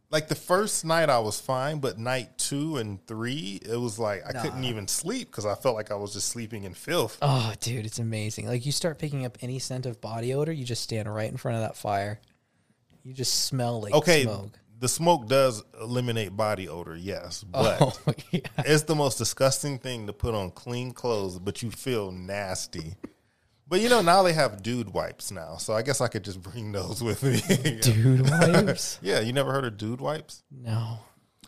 Speaker 1: Like the first night I was fine, but night two and three, it was like I couldn't even sleep because I felt like I was just sleeping in filth.
Speaker 2: Oh, dude, it's amazing. Like you start picking up any scent of body odor, you just stand right in front of that fire. You just smell like
Speaker 1: Okay,
Speaker 2: smoke.
Speaker 1: the smoke does eliminate body odor, yes, but
Speaker 2: <laughs> Oh, yeah.
Speaker 1: it's the most disgusting thing to put on clean clothes, but you feel nasty. But you know, now they have dude wipes now, so I guess I could just <laughs> bring those with me.
Speaker 2: Dude wipes?
Speaker 1: yeah, you never heard of dude wipes?
Speaker 2: <laughs> no.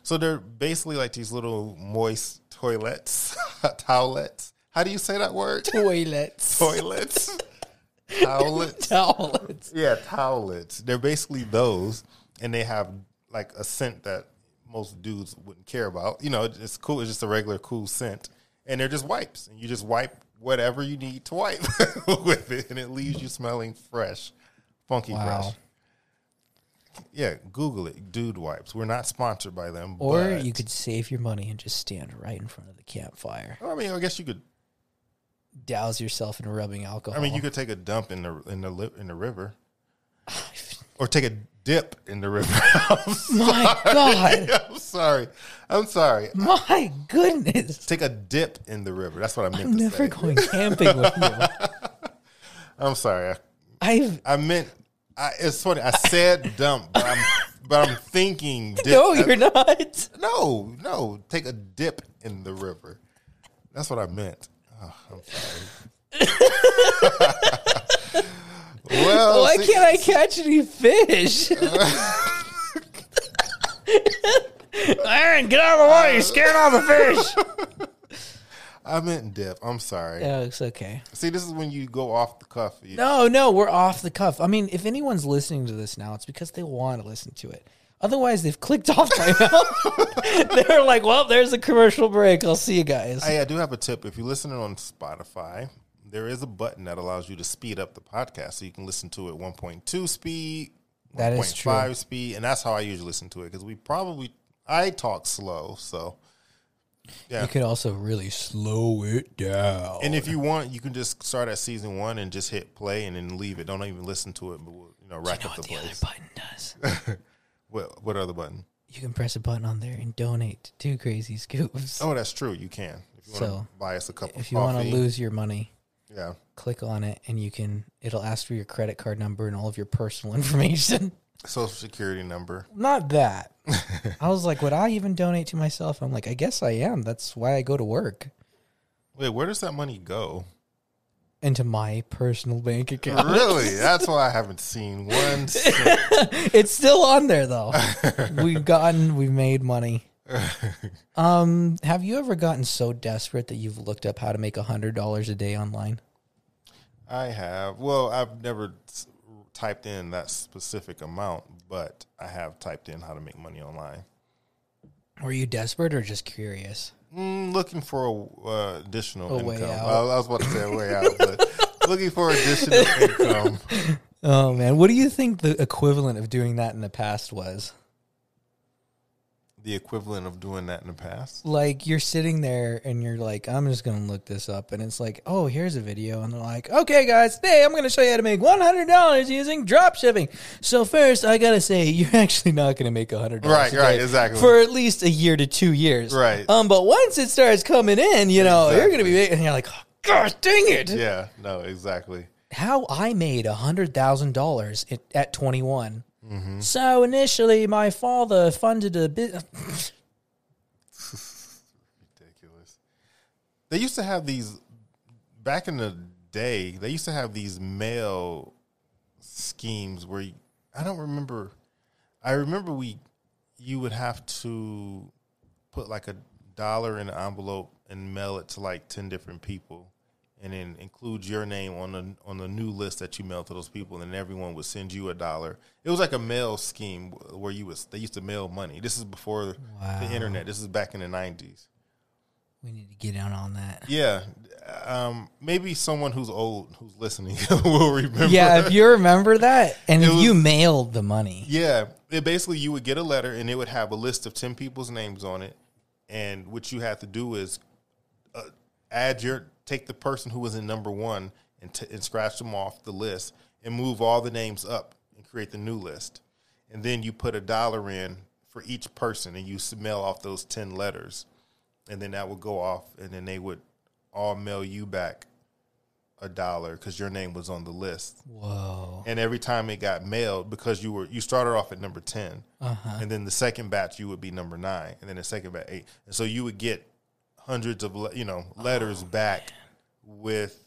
Speaker 1: So they're basically like these little moist toilets, <laughs> towelettes. How do you say that word? <laughs>
Speaker 2: Toilets. <laughs>
Speaker 1: toilets, towelets.
Speaker 2: Towels.
Speaker 1: Yeah, towelets. They're basically those, and they have like a scent that most dudes wouldn't care about. You know, it's cool. It's just a regular cool scent, and they're just wipes, and you just wipe whatever you need to wipe <laughs> with it, and it leaves you smelling fresh, funky
Speaker 2: Wow.
Speaker 1: fresh. Yeah, Google it. Dude wipes. We're not sponsored by them,
Speaker 2: Or
Speaker 1: but-
Speaker 2: you could save your money and just stand right in front of the campfire.
Speaker 1: I mean, I guess you could.
Speaker 2: douse yourself in rubbing alcohol.
Speaker 1: I mean, you could take a dump in the in the li- in the
Speaker 2: <laughs>
Speaker 1: river, or take a dip in the river. <laughs> I'm
Speaker 2: <laughs> my God,
Speaker 1: <laughs> I'm sorry. I'm sorry.
Speaker 2: my goodness!
Speaker 1: Take a dip in the river. That's what I meant
Speaker 2: I'm
Speaker 1: to
Speaker 2: never
Speaker 1: say.
Speaker 2: going camping with
Speaker 1: <laughs>
Speaker 2: you.
Speaker 1: I'm sorry.
Speaker 2: I've
Speaker 1: I, I meant. I, it's funny. I said dump, but I'm but I'm
Speaker 2: <laughs>
Speaker 1: thinking. Dip.
Speaker 2: no,
Speaker 1: I-
Speaker 2: you're not.
Speaker 1: no, no. Take a dip in the river. That's Ah,
Speaker 2: <laughs>
Speaker 1: what I meant. Oh, I'm sorry.
Speaker 2: Why can't I catch any
Speaker 1: <laughs>
Speaker 2: fish? Aaron, get out of the water!
Speaker 1: Uh,
Speaker 2: You're scaring all the fish.
Speaker 1: I meant dip. I'm sorry.
Speaker 2: No, it's okay.
Speaker 1: See, this is when you go off the cuff. You-
Speaker 2: No, no, we're off the cuff. I mean, if anyone's listening to this now, it's because they want to listen to it. Otherwise, they've clicked off
Speaker 1: <laughs>
Speaker 2: by now. <laughs> They're like, "Well, there's a commercial break. I'll see you guys."
Speaker 1: Hey, I do have a tip. If you're listening on Spotify, there is a button that allows you to speed up the podcast, so you can listen to it 1.2 speed,
Speaker 2: That is true.
Speaker 1: 1.5 speed, and that's how I usually listen to it because we probably I talk slow. So,
Speaker 2: You could also really slow it down.
Speaker 1: and if you want, you can just start at season one and just hit play and then leave it. Don't even listen to it, but we'll, you know, rack
Speaker 2: You know
Speaker 1: up
Speaker 2: what
Speaker 1: the
Speaker 2: the other
Speaker 1: plays.
Speaker 2: button does?
Speaker 1: What, what other button?
Speaker 2: You can press a button on there and donate to Crazy Scoops.
Speaker 1: Oh, that's true. You can if you want
Speaker 2: So,
Speaker 1: to buy us a cup of
Speaker 2: if you want
Speaker 1: coffee.
Speaker 2: to lose your money,
Speaker 1: yeah.
Speaker 2: click on it and you can. It'll ask for your credit card number and all of your personal <laughs> information.
Speaker 1: Social security number. <laughs>
Speaker 2: Not that. I was like, would I even donate to myself? I'm like, I guess I am. That's why I go to work
Speaker 1: Wait, where does that money go? <laughs>
Speaker 2: into my personal bank account.
Speaker 1: Really? That's why I haven't seen one. since-
Speaker 2: <laughs> it's still on there
Speaker 1: <laughs>
Speaker 2: though. we've gotten, we've made money. Um, have you ever gotten so desperate that you've looked up how to make a hundred dollars a day online?
Speaker 1: I have. Well, I've never s- typed in that specific amount, but I have typed in how to make money online.
Speaker 2: Were you desperate or just curious?
Speaker 1: Mm, looking for a, uh, additional
Speaker 2: A way
Speaker 1: income.
Speaker 2: out.
Speaker 1: I, I was about to say a way out,
Speaker 2: <laughs>
Speaker 1: but looking for additional income.
Speaker 2: Oh man, what do you think the equivalent of doing that in the past was?
Speaker 1: The equivalent of doing that in the past.
Speaker 2: Like you're sitting there and you're like, I'm just gonna look this up, and it's like, oh, here's a video, and they're like, okay, guys, today I'm gonna show you how to make one hundred dollars using drop shipping. So first, I gotta say, <laughs> you're actually not gonna make hundred dollars,
Speaker 1: Right, right, exactly.
Speaker 2: for at least a year to two years,
Speaker 1: Right.
Speaker 2: Um, but once it starts coming in, you know, you're gonna be, making, and you're like, oh, gosh, dang it,
Speaker 1: Yeah. No. Exactly.
Speaker 2: how I made $100,000 at- at 21.
Speaker 1: Mm-hmm.
Speaker 2: So initially, my father funded a bit. <laughs>
Speaker 1: Ridiculous. They used to have these back in the day. They used to have these mail schemes where you, I don't remember. I remember we you would have to put like a dollar in an envelope and mail it to like ten different people, and then include your name on the on the new list that you mail to those people, and everyone would send you a dollar. It was like a mail scheme where you was they used to mail money. This is before the internet. This is back in the nineties.
Speaker 2: We need to get down on that.
Speaker 1: Yeah. Um, maybe someone who's old who's listening <laughs> will remember.
Speaker 2: Yeah, if you remember that, and if
Speaker 1: was-
Speaker 2: you mailed the money,
Speaker 1: Yeah. It basically you would get a letter and it would have a list of 10 people's names on it and what you have to do is uh, add your take the person who was in number 1 and, t- and scratch them off the list and move all the names up and create the new list. And then you put a dollar in for each person and you s- mail off those 10 letters. And then that would go off and then they would all mail you back a dollar cuz your name was on the list
Speaker 2: whoa.
Speaker 1: and every time it got mailed because you were you started off at number 10 and then the second batch you would be number nine and then the second batch eight and so you would get hundreds of le- you know letters back with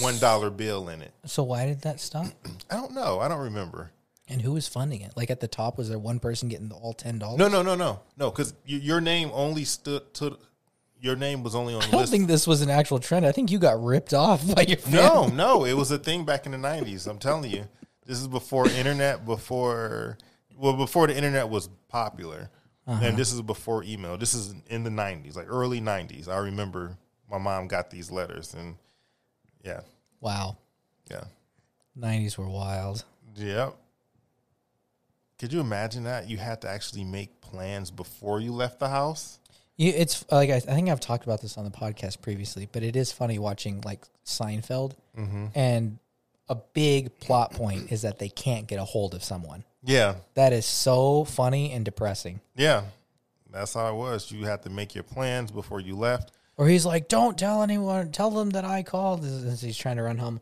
Speaker 1: one dollar bill in it
Speaker 2: So why did that stop?
Speaker 1: i don't know i don't remember
Speaker 2: And who was funding it? Like at the top, was there one person getting the all ten dollars?
Speaker 1: no no no no no because your name only stood to your name was only on
Speaker 2: I
Speaker 1: the
Speaker 2: don't
Speaker 1: list
Speaker 2: think this was an actual trend. I think you got ripped off by your family.
Speaker 1: No, no, it was a thing back in the nineties. I'm telling you, this is before internet, before well, before the internet was popular, and this is before email. This is in the nineties, like early nineties. I remember my mom got these letters, and yeah,
Speaker 2: <laughs> Wow,
Speaker 1: yeah,
Speaker 2: nineties were wild.
Speaker 1: yep. Could you imagine that you had to actually make plans before you left the house?
Speaker 2: You, it's like I, I think I've talked about this on the podcast previously, but it is funny watching like Seinfeld, and a big plot point is that they can't get a hold of someone.
Speaker 1: Yeah,
Speaker 2: That is so funny and depressing.
Speaker 1: yeah, that's how it was. You had to make your plans before you left.
Speaker 2: Or he's like, "Don't tell anyone. Tell them that I called." As he's trying to run home.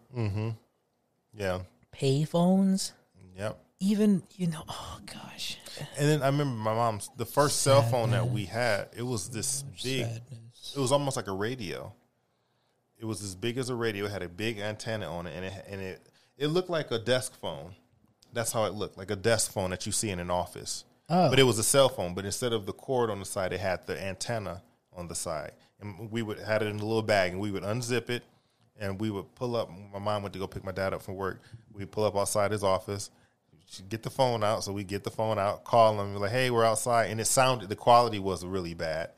Speaker 1: Yeah,
Speaker 2: Pay phones,
Speaker 1: yep.
Speaker 2: even you know. Oh gosh,
Speaker 1: And then I remember my mom's the first cell phone that we had. It was this big.
Speaker 2: sadness.
Speaker 1: It was almost like a radio. It was as big as a radio. It had a big antenna on it, and it and it it looked like a desk phone. that's how it looked like a desk phone that you see in an office.
Speaker 2: Oh.
Speaker 1: But it was a cell phone. But instead of the cord on the side, it had the antenna on the side, and we would had it in a little bag, and we would unzip it, and we would pull up. My mom went to go pick my dad up from work. We pull up outside his office. She'd get the phone out, so we get the phone out, call him, we're like, "Hey, we're outside," and it sounded the quality was really bad.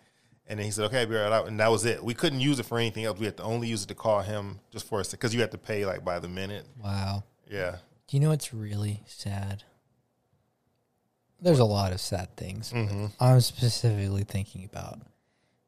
Speaker 1: And then he said, "Okay, be right out," and that was it. We couldn't use it for anything else. We had to only use it to call him just for a because you had to pay like by the minute.
Speaker 2: Wow.
Speaker 1: Yeah,
Speaker 2: Do you know what's really sad? There's a lot of sad things. but I'm specifically thinking about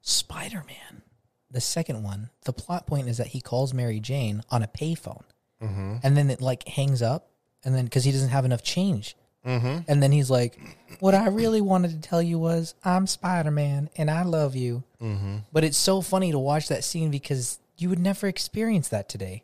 Speaker 2: Spider Man. The second one, the plot point is that he calls Mary Jane on a payphone, and then it like hangs up, and then because he doesn't have enough change, and then he's like, "What I really wanted to tell you was I'm Spider Man and I love you." Mm-hmm. But it's so funny to watch that scene because you would never experience that today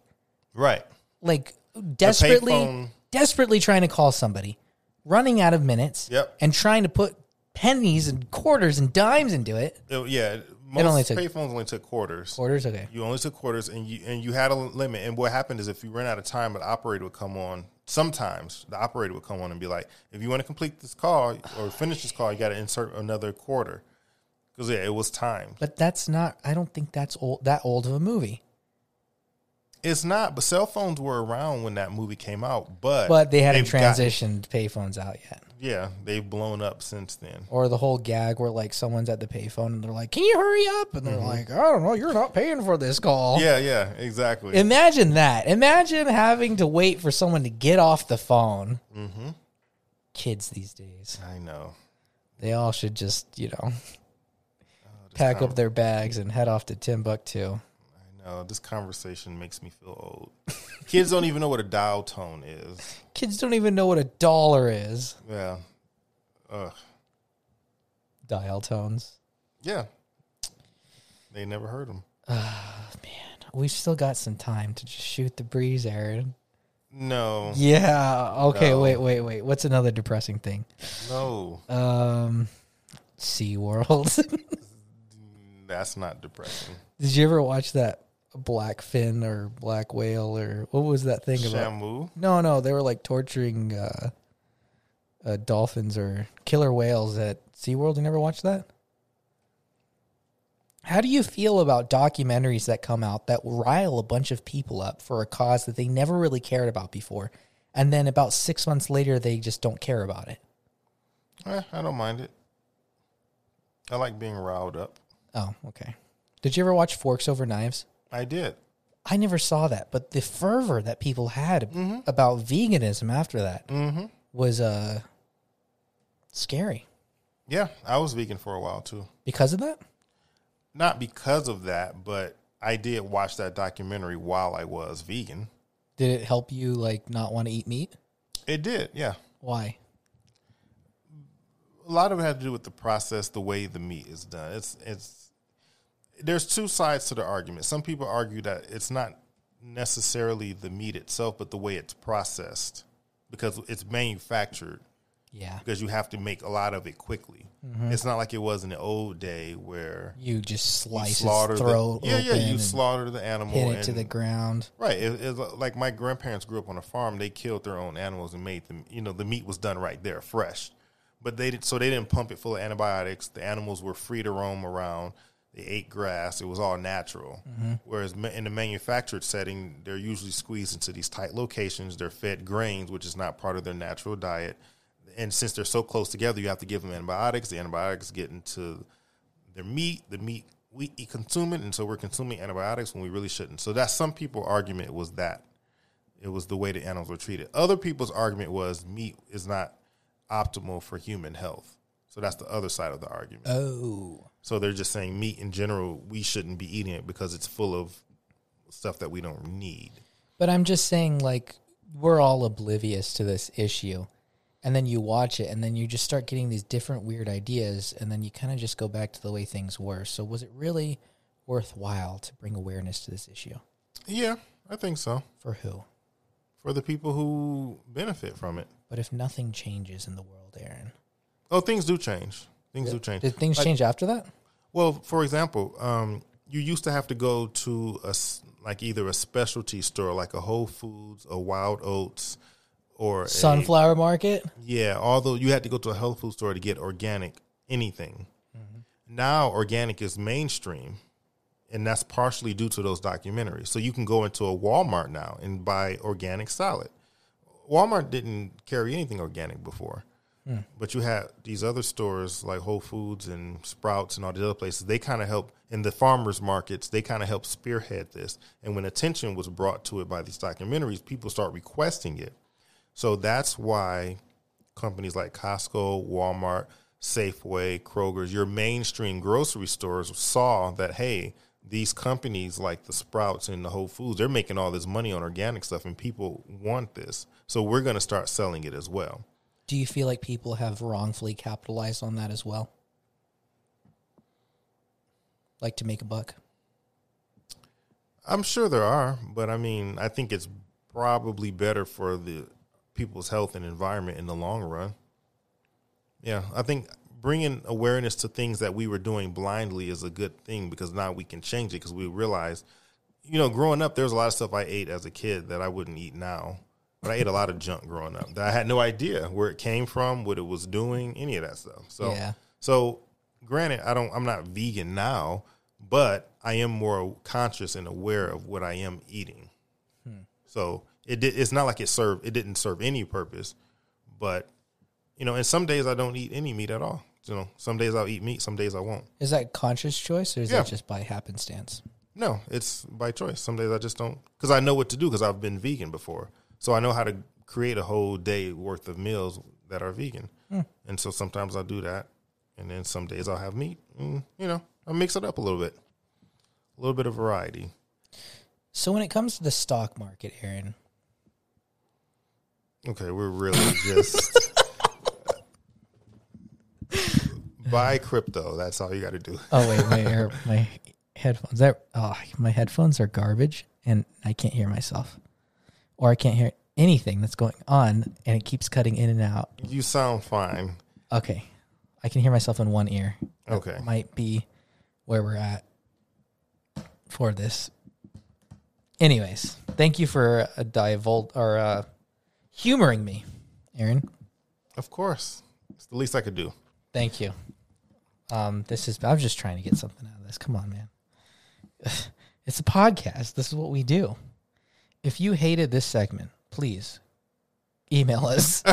Speaker 1: right.
Speaker 2: like desperately
Speaker 1: payphone.
Speaker 2: desperately trying to call somebody running out of minutes
Speaker 1: Yep.
Speaker 2: and trying to put pennies and quarters and dimes into it
Speaker 1: It- Uh, yeah, most
Speaker 2: only took-
Speaker 1: payphones only took quarters.
Speaker 2: quarters okay
Speaker 1: You only took quarters, and you and you had a limit. And what happened is, if you ran out of time, the operator would come on. Sometimes the operator would come on and be like, "If you want to complete this call or finish this call, you got to insert another quarter." Because yeah, it was timed.
Speaker 2: but that's not i don't think that's old that old of a movie
Speaker 1: It's not, but cell phones were around when that movie came out. But
Speaker 2: but they hadn't
Speaker 1: they've got-
Speaker 2: transitioned payphones out yet
Speaker 1: yeah, they've blown up since then.
Speaker 2: or the whole gag where like someone's at the payphone and they're like can you hurry up and they're like i don't know you're not paying for this call
Speaker 1: Mm-hmm. Yeah, yeah, exactly.
Speaker 2: Imagine that. Imagine having to wait for someone to get off the phone. Mm-hmm. Kids these days,
Speaker 1: I know.
Speaker 2: they all should just, you know, pack up their bags and head off to Timbuktu.
Speaker 1: I know. This conversation makes me feel old. Kids don't even know what a dial tone is.
Speaker 2: Kids don't even know what a dollar is.
Speaker 1: Yeah. Ugh.
Speaker 2: Dial tones.
Speaker 1: Yeah. They never heard them.
Speaker 2: We've still got some time to just shoot the breeze, Aaron.
Speaker 1: No.
Speaker 2: Yeah. Okay.
Speaker 1: No.
Speaker 2: Wait. Wait. Wait. What's another depressing thing?
Speaker 1: No.
Speaker 2: Um, SeaWorld. <laughs>
Speaker 1: That's not depressing.
Speaker 2: Did you ever watch that black fin or black whale or what was that thing about?
Speaker 1: Shamu?
Speaker 2: No, no, they were like torturing uh, uh, dolphins or killer whales at SeaWorld. You never watched that? How do you feel about documentaries that come out that rile a bunch of people up for a cause that they never really cared about before? And then about six months later, they just don't care about it.
Speaker 1: Eh, I don't mind it. I like being riled up.
Speaker 2: Oh, okay. Did you ever watch Forks Over Knives?
Speaker 1: I did.
Speaker 2: I never saw that, but the fervor that people had about veganism after that was uh, scary
Speaker 1: Yeah. I was vegan for a while too.
Speaker 2: because of that.
Speaker 1: Not because of that, but I did watch that documentary while I was vegan.
Speaker 2: Did it help you like not want to eat meat?
Speaker 1: It did. Yeah.
Speaker 2: Why?
Speaker 1: a lot of it had to do with the process, the way the meat is done. It's it's there's two sides to the argument. Some people argue that it's not necessarily the meat itself, but the way it's processed because it's manufactured
Speaker 2: Yeah,
Speaker 1: because you have to make a lot of it quickly.
Speaker 2: Mm-hmm.
Speaker 1: It's not like it was in the old day where
Speaker 2: you just
Speaker 1: you
Speaker 2: slice
Speaker 1: slaughter
Speaker 2: its throat
Speaker 1: the, yeah yeah
Speaker 2: open
Speaker 1: you
Speaker 2: and
Speaker 1: slaughter the animal
Speaker 2: hit
Speaker 1: and
Speaker 2: it to the ground.
Speaker 1: Right. It, it's like my grandparents grew up on a farm. They killed their own animals and made them. You know, the meat was done right there, fresh. But they did, so they didn't pump it full of antibiotics. The animals were free to roam around. They ate grass. It was all natural. Whereas ma- in the manufactured setting, they're usually squeezed into these tight locations. They're fed grains, which is not part of their natural diet. And since they're so close together, you have to give them antibiotics. The antibiotics get into their meat, the meat we eat, consume it, and so we're consuming antibiotics when we really shouldn't. So that's some people' argument was that it was the way the animals were treated. Other people's argument was meat is not optimal for human health. So that's the other side of the argument.
Speaker 2: Oh,
Speaker 1: so they're just saying meat in general, we shouldn't be eating it because it's full of stuff that we don't need.
Speaker 2: but I'm just saying, like we're all oblivious to this issue, and then you watch it, and then you just start getting these different weird ideas, and then you kind of just go back to the way things were. So, was it really worthwhile to bring awareness to this issue?
Speaker 1: Yeah, I think so.
Speaker 2: For who?
Speaker 1: For the people who benefit from it.
Speaker 2: But if nothing changes in the world, Aaron,
Speaker 1: Oh, things do change. Things do change.
Speaker 2: did things change after that?
Speaker 1: Well, for example, um, you used to have to go to a s- like either a specialty store, like a Whole Foods, a Wild Oats, or a-
Speaker 2: Sunflower Market.
Speaker 1: yeah, although you had to go to a health food store to get organic anything. Now organic is mainstream, and that's partially due to those documentaries. So you can go into a Walmart now and buy organic salad. Walmart didn't carry anything organic before. But you had these other stores like Whole Foods and Sprouts and all these other places. They kind of help in the farmers markets. They kind of help spearhead this. And when attention was brought to it by these documentaries, people start requesting it. So that's why companies like Costco, Walmart, Safeway, Kroger's, your mainstream grocery stores saw that, hey, these companies like the Sprouts and the Whole Foods, they're making all this money on organic stuff and people want this. So we're going to start selling it as well.
Speaker 2: Do you feel like people have wrongfully capitalized on that as well? Like to make a buck.
Speaker 1: I'm sure there are, but I mean, I think it's probably better for the people's health and environment in the long run. Yeah, I think bringing awareness to things that we were doing blindly is a good thing because now we can change it because we realize, you know, growing up, there's a lot of stuff I ate as a kid that I wouldn't eat now. But I ate a lot of junk growing up that I had no idea where it came from, what it was doing, any of that stuff. So,
Speaker 2: Yeah.
Speaker 1: so granted, I don't, I'm not vegan now, but I am more conscious and aware of what I am eating. So it did, it's not like it served it didn't serve any purpose, but you know, and some days I don't eat any meat at all. You know, some days I'll eat meat, some days I won't.
Speaker 2: Is that conscious choice or is
Speaker 1: Yeah.
Speaker 2: that just by happenstance?
Speaker 1: No, it's by choice. Some days I just don't because I know what to do because I've been vegan before, so I know how to create a whole day worth of meals that are vegan. And so sometimes I'll do that, and then some days I'll have meat. And, you know, I mix it up a little bit, a little bit of variety.
Speaker 2: So when it comes to the stock market, Aaron,
Speaker 1: Okay, we're really just buy crypto. That's all you got to do.
Speaker 2: Oh wait, my air, my headphones. That oh, my headphones are garbage, and I can't hear myself, or I can't hear anything that's going on, and it keeps cutting in and out.
Speaker 1: You sound fine.
Speaker 2: Okay, I can hear myself in one ear.
Speaker 1: Okay.
Speaker 2: Might be where we're at for this. Anyways, thank you for a divulge or uh, humoring me, Aaron.
Speaker 1: Of course. It's the least I could do.
Speaker 2: Thank you. Um, this is. I'm just trying to get something out of this. Come on, man. <sighs> It's a podcast. This is what we do. If you hated this segment, please email us <laughs>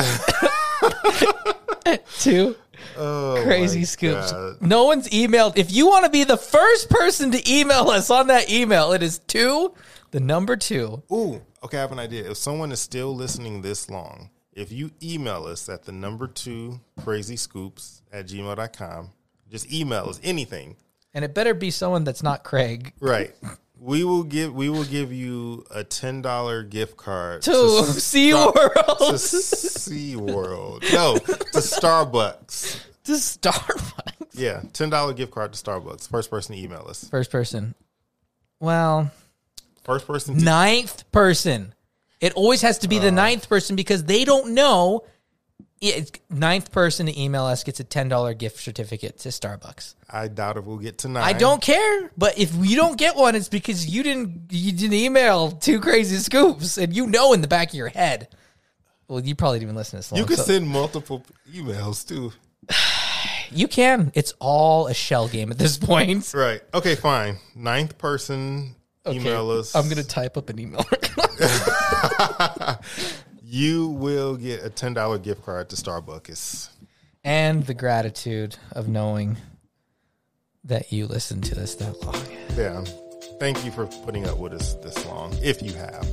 Speaker 2: to
Speaker 1: Oh,
Speaker 2: crazy
Speaker 1: my
Speaker 2: scoops.
Speaker 1: God.
Speaker 2: No one's emailed. If you want to be the first person to email us on that email, it is two, the number two.
Speaker 1: Ooh, okay, I have an idea. If someone is still listening this long, if you email us at the number two crazy scoops at gmail.com, just email us anything.
Speaker 2: And it better be someone that's not Craig.
Speaker 1: Right. We will give we will give you a ten dollar gift card
Speaker 2: To
Speaker 1: s-
Speaker 2: SeaWorld.
Speaker 1: to
Speaker 2: <laughs>
Speaker 1: SeaWorld. No, to Starbucks.
Speaker 2: To Starbucks.
Speaker 1: Yeah, ten dollar gift card to Starbucks. First person to email us.
Speaker 2: First person. Well,
Speaker 1: First person to
Speaker 2: ninth person. It always has to be the ninth person because they don't know. Yeah, It's ninth person to email us gets a ten dollar gift certificate to Starbucks.
Speaker 1: I doubt if we'll get to nine.
Speaker 2: I don't care, but if you don't get one, it's because you didn't you didn't email two crazy scoops, and you know in the back of your head. Well, you probably didn't even listen to this long.
Speaker 1: You can
Speaker 2: so-
Speaker 1: send multiple emails too.
Speaker 2: you can. It's all a shell game at
Speaker 1: <laughs>
Speaker 2: this point.
Speaker 1: Right. Okay, fine. Ninth person email us.
Speaker 2: I'm gonna type up an email. <laughs>
Speaker 1: You will get a ten dollar gift card to Starbucks.
Speaker 2: and the gratitude of knowing that you listened to this that long.
Speaker 1: Yeah. Thank you for putting up with us this long, if you have.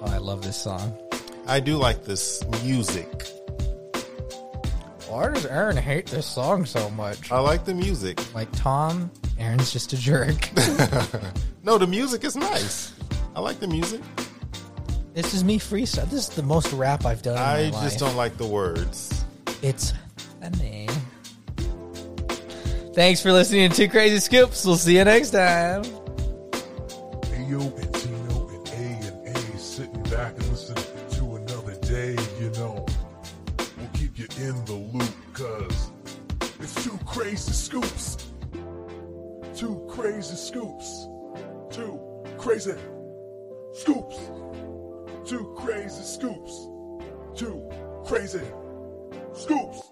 Speaker 2: Oh, I love this song.
Speaker 1: I do like this music.
Speaker 2: Why does Aaron hate this song so much?
Speaker 1: I like the music.
Speaker 2: Like Tom, Aaron's just
Speaker 1: <laughs>
Speaker 2: a jerk.
Speaker 1: No, the music is nice. I like the music.
Speaker 2: this is me freestyle. This is the most rap I've done. In
Speaker 1: I
Speaker 2: my life.
Speaker 1: just don't like the words.
Speaker 2: It's funny. Thanks for listening to Two Crazy Scoops. We'll see you next time.
Speaker 3: Ayo and Tino and A and A sitting back and listening to another day, you know. We'll keep you in the loop, cuz it's two crazy scoops. Two crazy scoops. Two crazy scoops. Two crazy scoops. Two crazy scoops.